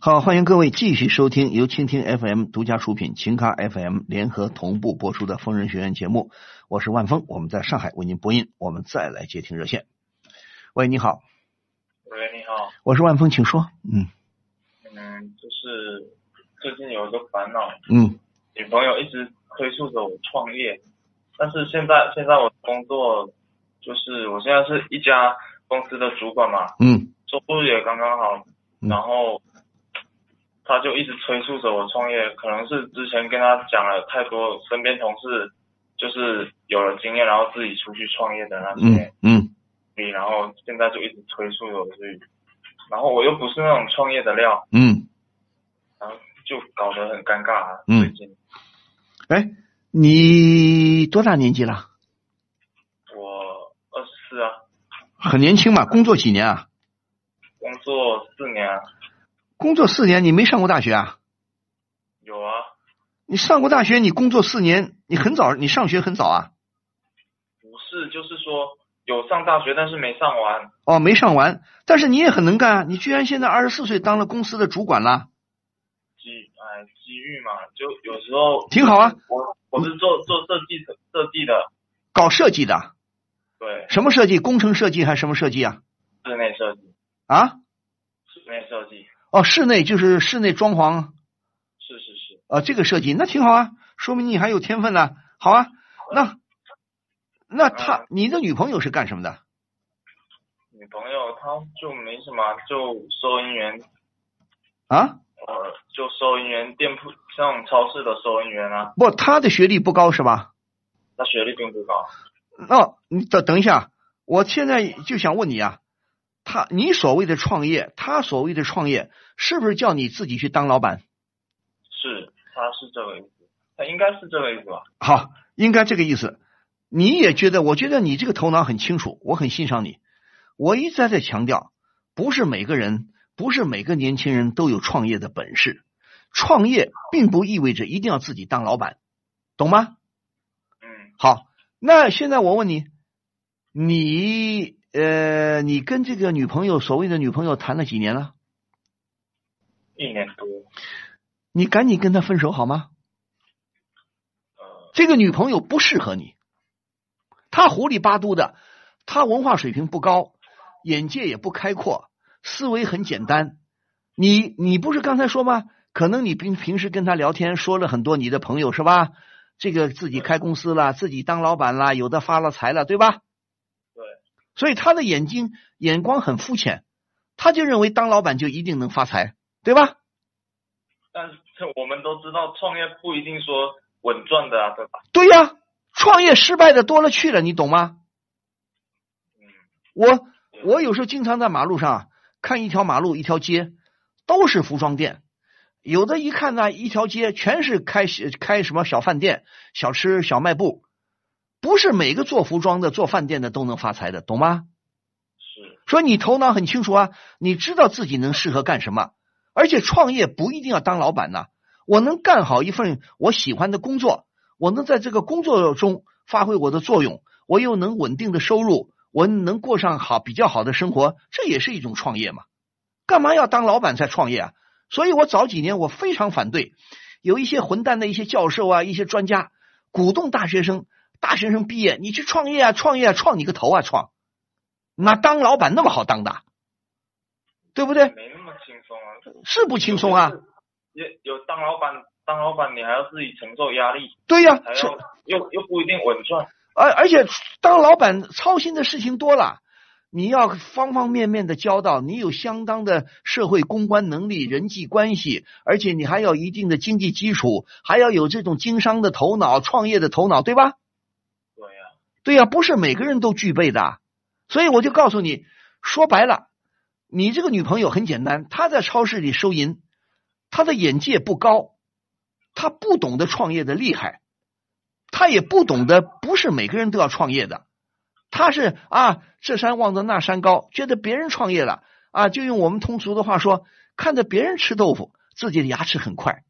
Speaker 2: 好，欢迎各位继续收听由蜻蜓 FM 独家出品、秦咖 FM 联合同步播出的《疯人学院》节目，我是万峰，我们在上海为您播音，我们再来接听热线。喂，你好，
Speaker 13: 喂，你好，
Speaker 2: 我是万峰，请说。嗯
Speaker 13: 嗯，就是最近有一个烦恼，
Speaker 2: 嗯，
Speaker 13: 女朋友一直催促着我创业，但是现在现在我工作就是我现在是一家公司的主管嘛，
Speaker 2: 嗯，
Speaker 13: 收入也刚刚好，然后他就一直催促着我创业，可能是之前跟他讲了太多，身边同事就是有了经验，然后自己出去创业的那些
Speaker 2: 嗯嗯
Speaker 13: 例，然后现在就一直催促着我去，然后我又不是那种创业的料。
Speaker 2: 嗯
Speaker 13: 然后就搞得很尴尬啊。
Speaker 2: 嗯，哎，你多大年纪了？
Speaker 13: 我二十四啊，
Speaker 2: 很年轻嘛，工作几年啊？
Speaker 13: 工作四年啊，
Speaker 2: 工作四年，你没上过大学啊？
Speaker 13: 有啊，
Speaker 2: 你上过大学，你工作四年，你很早，你上学很早啊？
Speaker 13: 不是，就是说有上大学，但是没上完。
Speaker 2: 哦，没上完，但是你也很能干啊！你居然现在二十四岁当了公司的主管啦，
Speaker 13: 机哎机遇嘛，就有时候
Speaker 2: 挺好啊。
Speaker 13: 我我是做做设计设计的，
Speaker 2: 搞设计的，
Speaker 13: 对，
Speaker 2: 什么设计？工程设计还是什么设计啊？
Speaker 13: 室内设计，
Speaker 2: 啊？
Speaker 13: 室内设计
Speaker 2: 哦，室内就是室内装潢，
Speaker 13: 是是是，
Speaker 2: 啊，这个设计那挺好啊，说明你还有天分呢、好啊，那那
Speaker 13: 嗯
Speaker 2: 他，你的女朋友是干什么的？
Speaker 13: 女朋友她就没什么，啊就收银员。
Speaker 2: 啊？
Speaker 13: 呃，就收银员店铺，像超市的收银员啊，
Speaker 2: 不，她的学历不高是吧？
Speaker 13: 她学历并不高。
Speaker 2: 哦，你等等一下，我现在就想问你啊，他你所谓的创业，他所谓的创业，是不是叫你自己去当老板？
Speaker 13: 是，他是这个意思，他应该是这个意思吧？
Speaker 2: 好，应该这个意思。你也觉得，我觉得你这个头脑很清楚，我很欣赏你。我一再在强调，不是每个人，不是每个年轻人都有创业的本事。创业并不意味着一定要自己当老板，懂吗？
Speaker 13: 嗯。
Speaker 2: 好，那现在我问你，你呃，你跟这个女朋友，所谓的女朋友谈了几年了？
Speaker 13: 一年多，
Speaker 2: 你赶紧跟她分手好吗？这个女朋友不适合你，她糊里巴嘟的，她文化水平不高，眼界也不开阔，思维很简单。你你不是刚才说吗？可能你平平时跟她聊天，说了很多你的朋友是吧？这个自己开公司啦，自己当老板啦，有的发了财了，对吧？
Speaker 13: 对。
Speaker 2: 所以他的眼睛眼光很肤浅，他就认为当老板就一定能发财，对吧？
Speaker 13: 但是我们都知道，创业不一定说稳赚的啊，对吧？
Speaker 2: 对呀、创业失败的多了去了，你懂吗？我我有时候经常在马路上啊，看一条马路一条街都是服装店，有的一看呢，一条街全是开开什么小饭店、小吃小卖部，不是每个做服装的、做饭店的都能发财的，懂吗？
Speaker 13: 是。
Speaker 2: 所以你头脑很清楚啊，你知道自己能适合干什么，而且创业不一定要当老板呐、我能干好一份我喜欢的工作，我能在这个工作中发挥我的作用，我又能稳定的收入，我能过上好比较好的生活，这也是一种创业嘛。干嘛要当老板才创业啊？所以我早几年我非常反对，有一些混蛋的一些教授啊，一些专家鼓动大学生，大学生毕业你去创业啊，创业啊，创你个头啊，创！那当老板那么好当的，啊对不对？
Speaker 13: 没那么轻松啊。
Speaker 2: 是不轻松啊？
Speaker 13: 也有当老板，当老板你还要自己承受压力。
Speaker 2: 对呀
Speaker 13: 还
Speaker 2: 是
Speaker 13: 要又又不一定稳赚。
Speaker 2: 而而且当老板操心的事情多了，你要方方面面的交道，你有相当的社会公关能力、人际关系，而且你还有一定的经济基础，还要有这种经商的头脑、创业的头脑，对吧？
Speaker 13: 对呀、
Speaker 2: 对呀、不是每个人都具备的。所以我就告诉你，说白了，你这个女朋友很简单，她在超市里收银，她的眼界不高，她不懂得创业的厉害，她也不懂得不是每个人都要创业的，她是啊这山望着那山高，觉得别人创业了啊，就用我们通俗的话说，看着别人吃豆腐，自己的牙齿很快。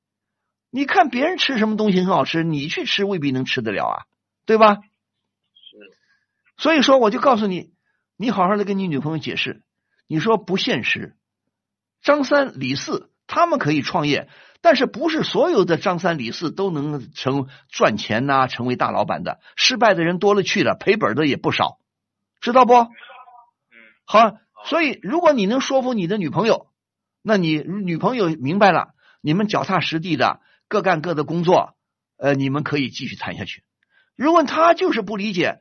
Speaker 2: 你看别人吃什么东西很好吃，你去吃未必能吃得了啊，对吧？所以说，我就告诉你，你好好的跟你女朋友解释，你说不现实。张三李四他们可以创业，但是不是所有的张三李四都能成赚钱呐、成为大老板的？失败的人多了去了，赔本的也不少，知道不？好，所以如果你能说服你的女朋友，那你女朋友明白了，你们脚踏实地的各干各的工作，呃，你们可以继续谈下去。如果她就是不理解，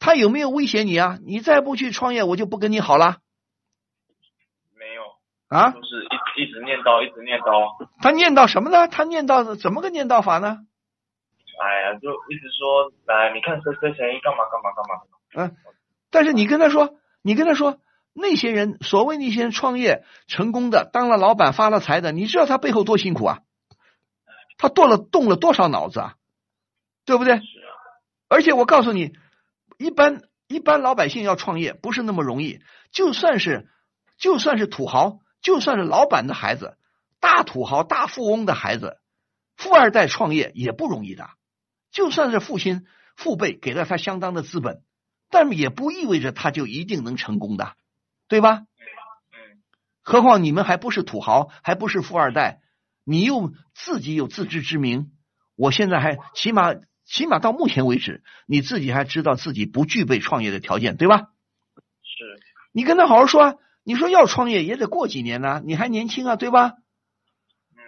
Speaker 2: 他有没有威胁你啊？你再不去创业，我就不跟你好了
Speaker 13: 没有。
Speaker 2: 啊！
Speaker 13: 就是一一直念叨，一直念叨。
Speaker 2: 他念叨什么呢？他念叨怎么个念叨法呢？
Speaker 13: 哎呀，就一直说，哎，你看谁谁谁干嘛干嘛干嘛。
Speaker 2: 嗯，但是你跟他说，你跟他说，那些人所谓那些人创业成功的，当了老板发了财的，你知道他背后多辛苦啊？他动了动了多少脑子啊？对不对？而且我告诉你，一般一般老百姓要创业不是那么容易，就算是就算是土豪，就算是老板的孩子，大土豪、大富翁的孩子，富二代创业也不容易的。就算是父亲父辈给了他相当的资本，但也不意味着他就一定能成功的，对吧？何况你们还不是土豪，还不是富二代，你又自己有自知之明。我现在还起码起码到目前为止，你自己还知道自己不具备创业的条件，对吧？
Speaker 13: 是
Speaker 2: 你跟他好好说啊，你说要创业也得过几年呢、你还年轻啊，对吧？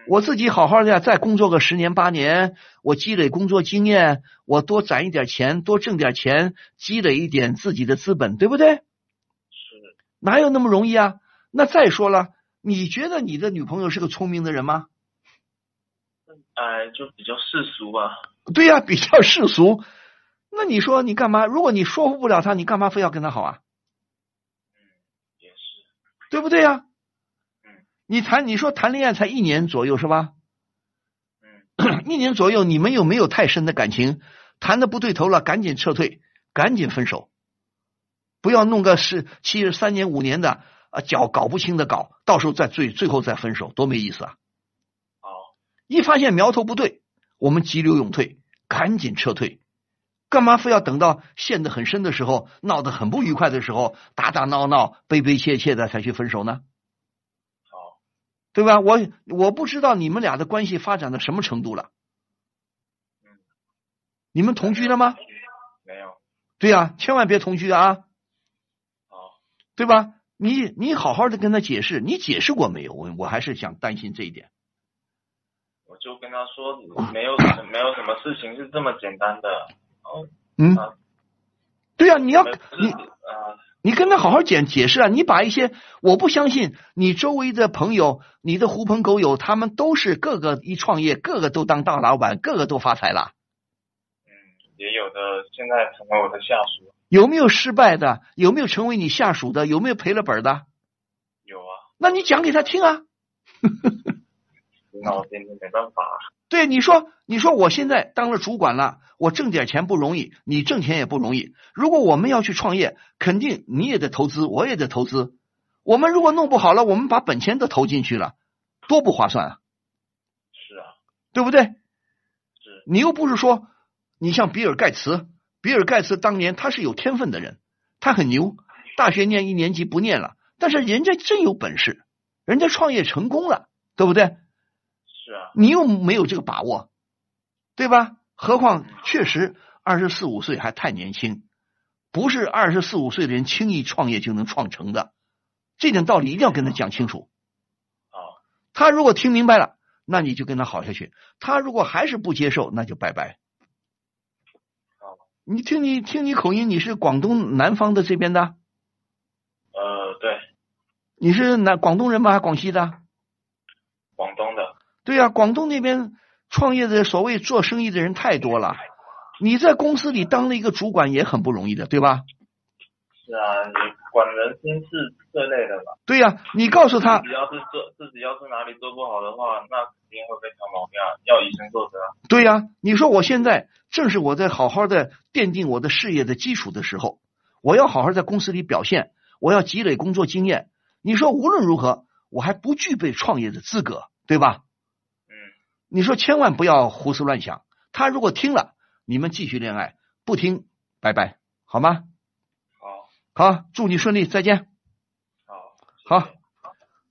Speaker 2: 我自己好好的呀，再工作个十年八年，我积累工作经验，我多攒一点钱，多挣点钱，积累一点自己的资本，对不对？是，哪有那么容易啊？那再说了，你觉得你的女朋友是个聪明的人吗？
Speaker 13: 哎，就比较世俗啊吧。
Speaker 2: 对呀、比较世俗。那你说你干嘛？如果你说服不了他，你干嘛非要跟他好啊？对不对呀、你谈你说谈恋爱才一年左右是吧？一年左右，你们有没有太深的感情？谈的不对头了，赶紧撤退，赶紧分手，不要弄个是七十三年五年的啊，搞搞不清的搞，到时候再最最后再分手，多没意思啊！一发现苗头不对，我们急流勇退，赶紧撤退。干嘛非要等到陷得很深的时候，闹得很不愉快的时候，打打闹闹、悲悲切切的才去分手呢？对吧？我我不知道你们俩的关系发展到什么程度了。你们同居了吗？
Speaker 13: 嗯没有。
Speaker 2: 对呀、千万别同居啊！对吧？你你好好的跟他解释，你解释过没有？我我还是想担心这一点。
Speaker 13: 我就跟他说，没有什么没有什么事情是这么简单的。然后
Speaker 2: 嗯，对呀、你要你
Speaker 13: 啊，
Speaker 2: 你跟他好好解解释啊！你把一些我不相信你周围的朋友、你的狐朋狗友，他们都是个个一创业，个个都当大老板，个个都发财了。
Speaker 13: 也有的现在成为我的下属。
Speaker 2: 有没有失败的？有没有成为你下属的？有没有赔了本儿的？
Speaker 13: 有啊，
Speaker 2: 那你讲给他听啊！
Speaker 13: 苦恼，真的没办法。
Speaker 2: 对，你说，你说我现在当了主管了，我挣点钱不容易，你挣钱也不容易。如果我们要去创业，肯定你也得投资，我也得投资。我们如果弄不好了，我们把本钱都投进去了，多不划算啊！
Speaker 13: 是啊，
Speaker 2: 对不对？是。你又不是说，你像比尔盖茨，比尔盖茨当年他是有天分的人，他很牛，大学念一年级不念了，但是人家真有本事，人家创业成功了，对不对？
Speaker 13: 是啊，
Speaker 2: 你又没有这个把握，对吧？何况确实二十四五岁还太年轻，不是二十四五岁的人轻易创业就能创成的，这点道理一定要跟他讲清楚。
Speaker 13: 啊，
Speaker 2: 他如果听明白了，那你就跟他好下去；他如果还是不接受，那就拜拜。
Speaker 13: 啊
Speaker 2: 你听你听你口音，你是广东南方的这边的，
Speaker 13: 呃，对，
Speaker 2: 你是南广东人吗？还是广西的？
Speaker 13: 广东的，
Speaker 2: 对呀、广东那边创业的所谓做生意的人太多了，你在公司里当了一个主管也很不容易的，对吧？
Speaker 13: 是啊，你管人心事这类的吧。
Speaker 2: 对呀、你告诉他
Speaker 13: 自己要是做自己要是哪里做不好的话，那肯定会被挑毛病啊，要以身作则啊。
Speaker 2: 对呀、你说我现在正是我在好好的奠定我的事业的基础的时候，我要好好在公司里表现，我要积累工作经验。你说无论如何，我还不具备创业的资格，对吧？
Speaker 13: 嗯，
Speaker 2: 你说千万不要胡思乱想。他如果听了，你们继续恋爱；不听，拜拜，好吗？
Speaker 13: 好，
Speaker 2: 好，祝你顺利，再见。
Speaker 13: 好，
Speaker 2: 好，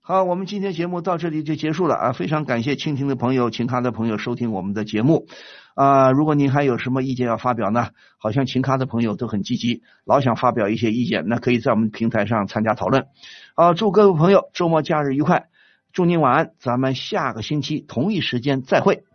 Speaker 2: 好，我们今天节目到这里就结束了啊！非常感谢蜻蜓的朋友、琴咖的朋友收听我们的节目啊、如果您还有什么意见要发表呢，好像琴咖的朋友都很积极，老想发表一些意见，那可以在我们平台上参加讨论啊！祝各位朋友周末假日愉快，祝您晚安，咱们下个星期同一时间再会。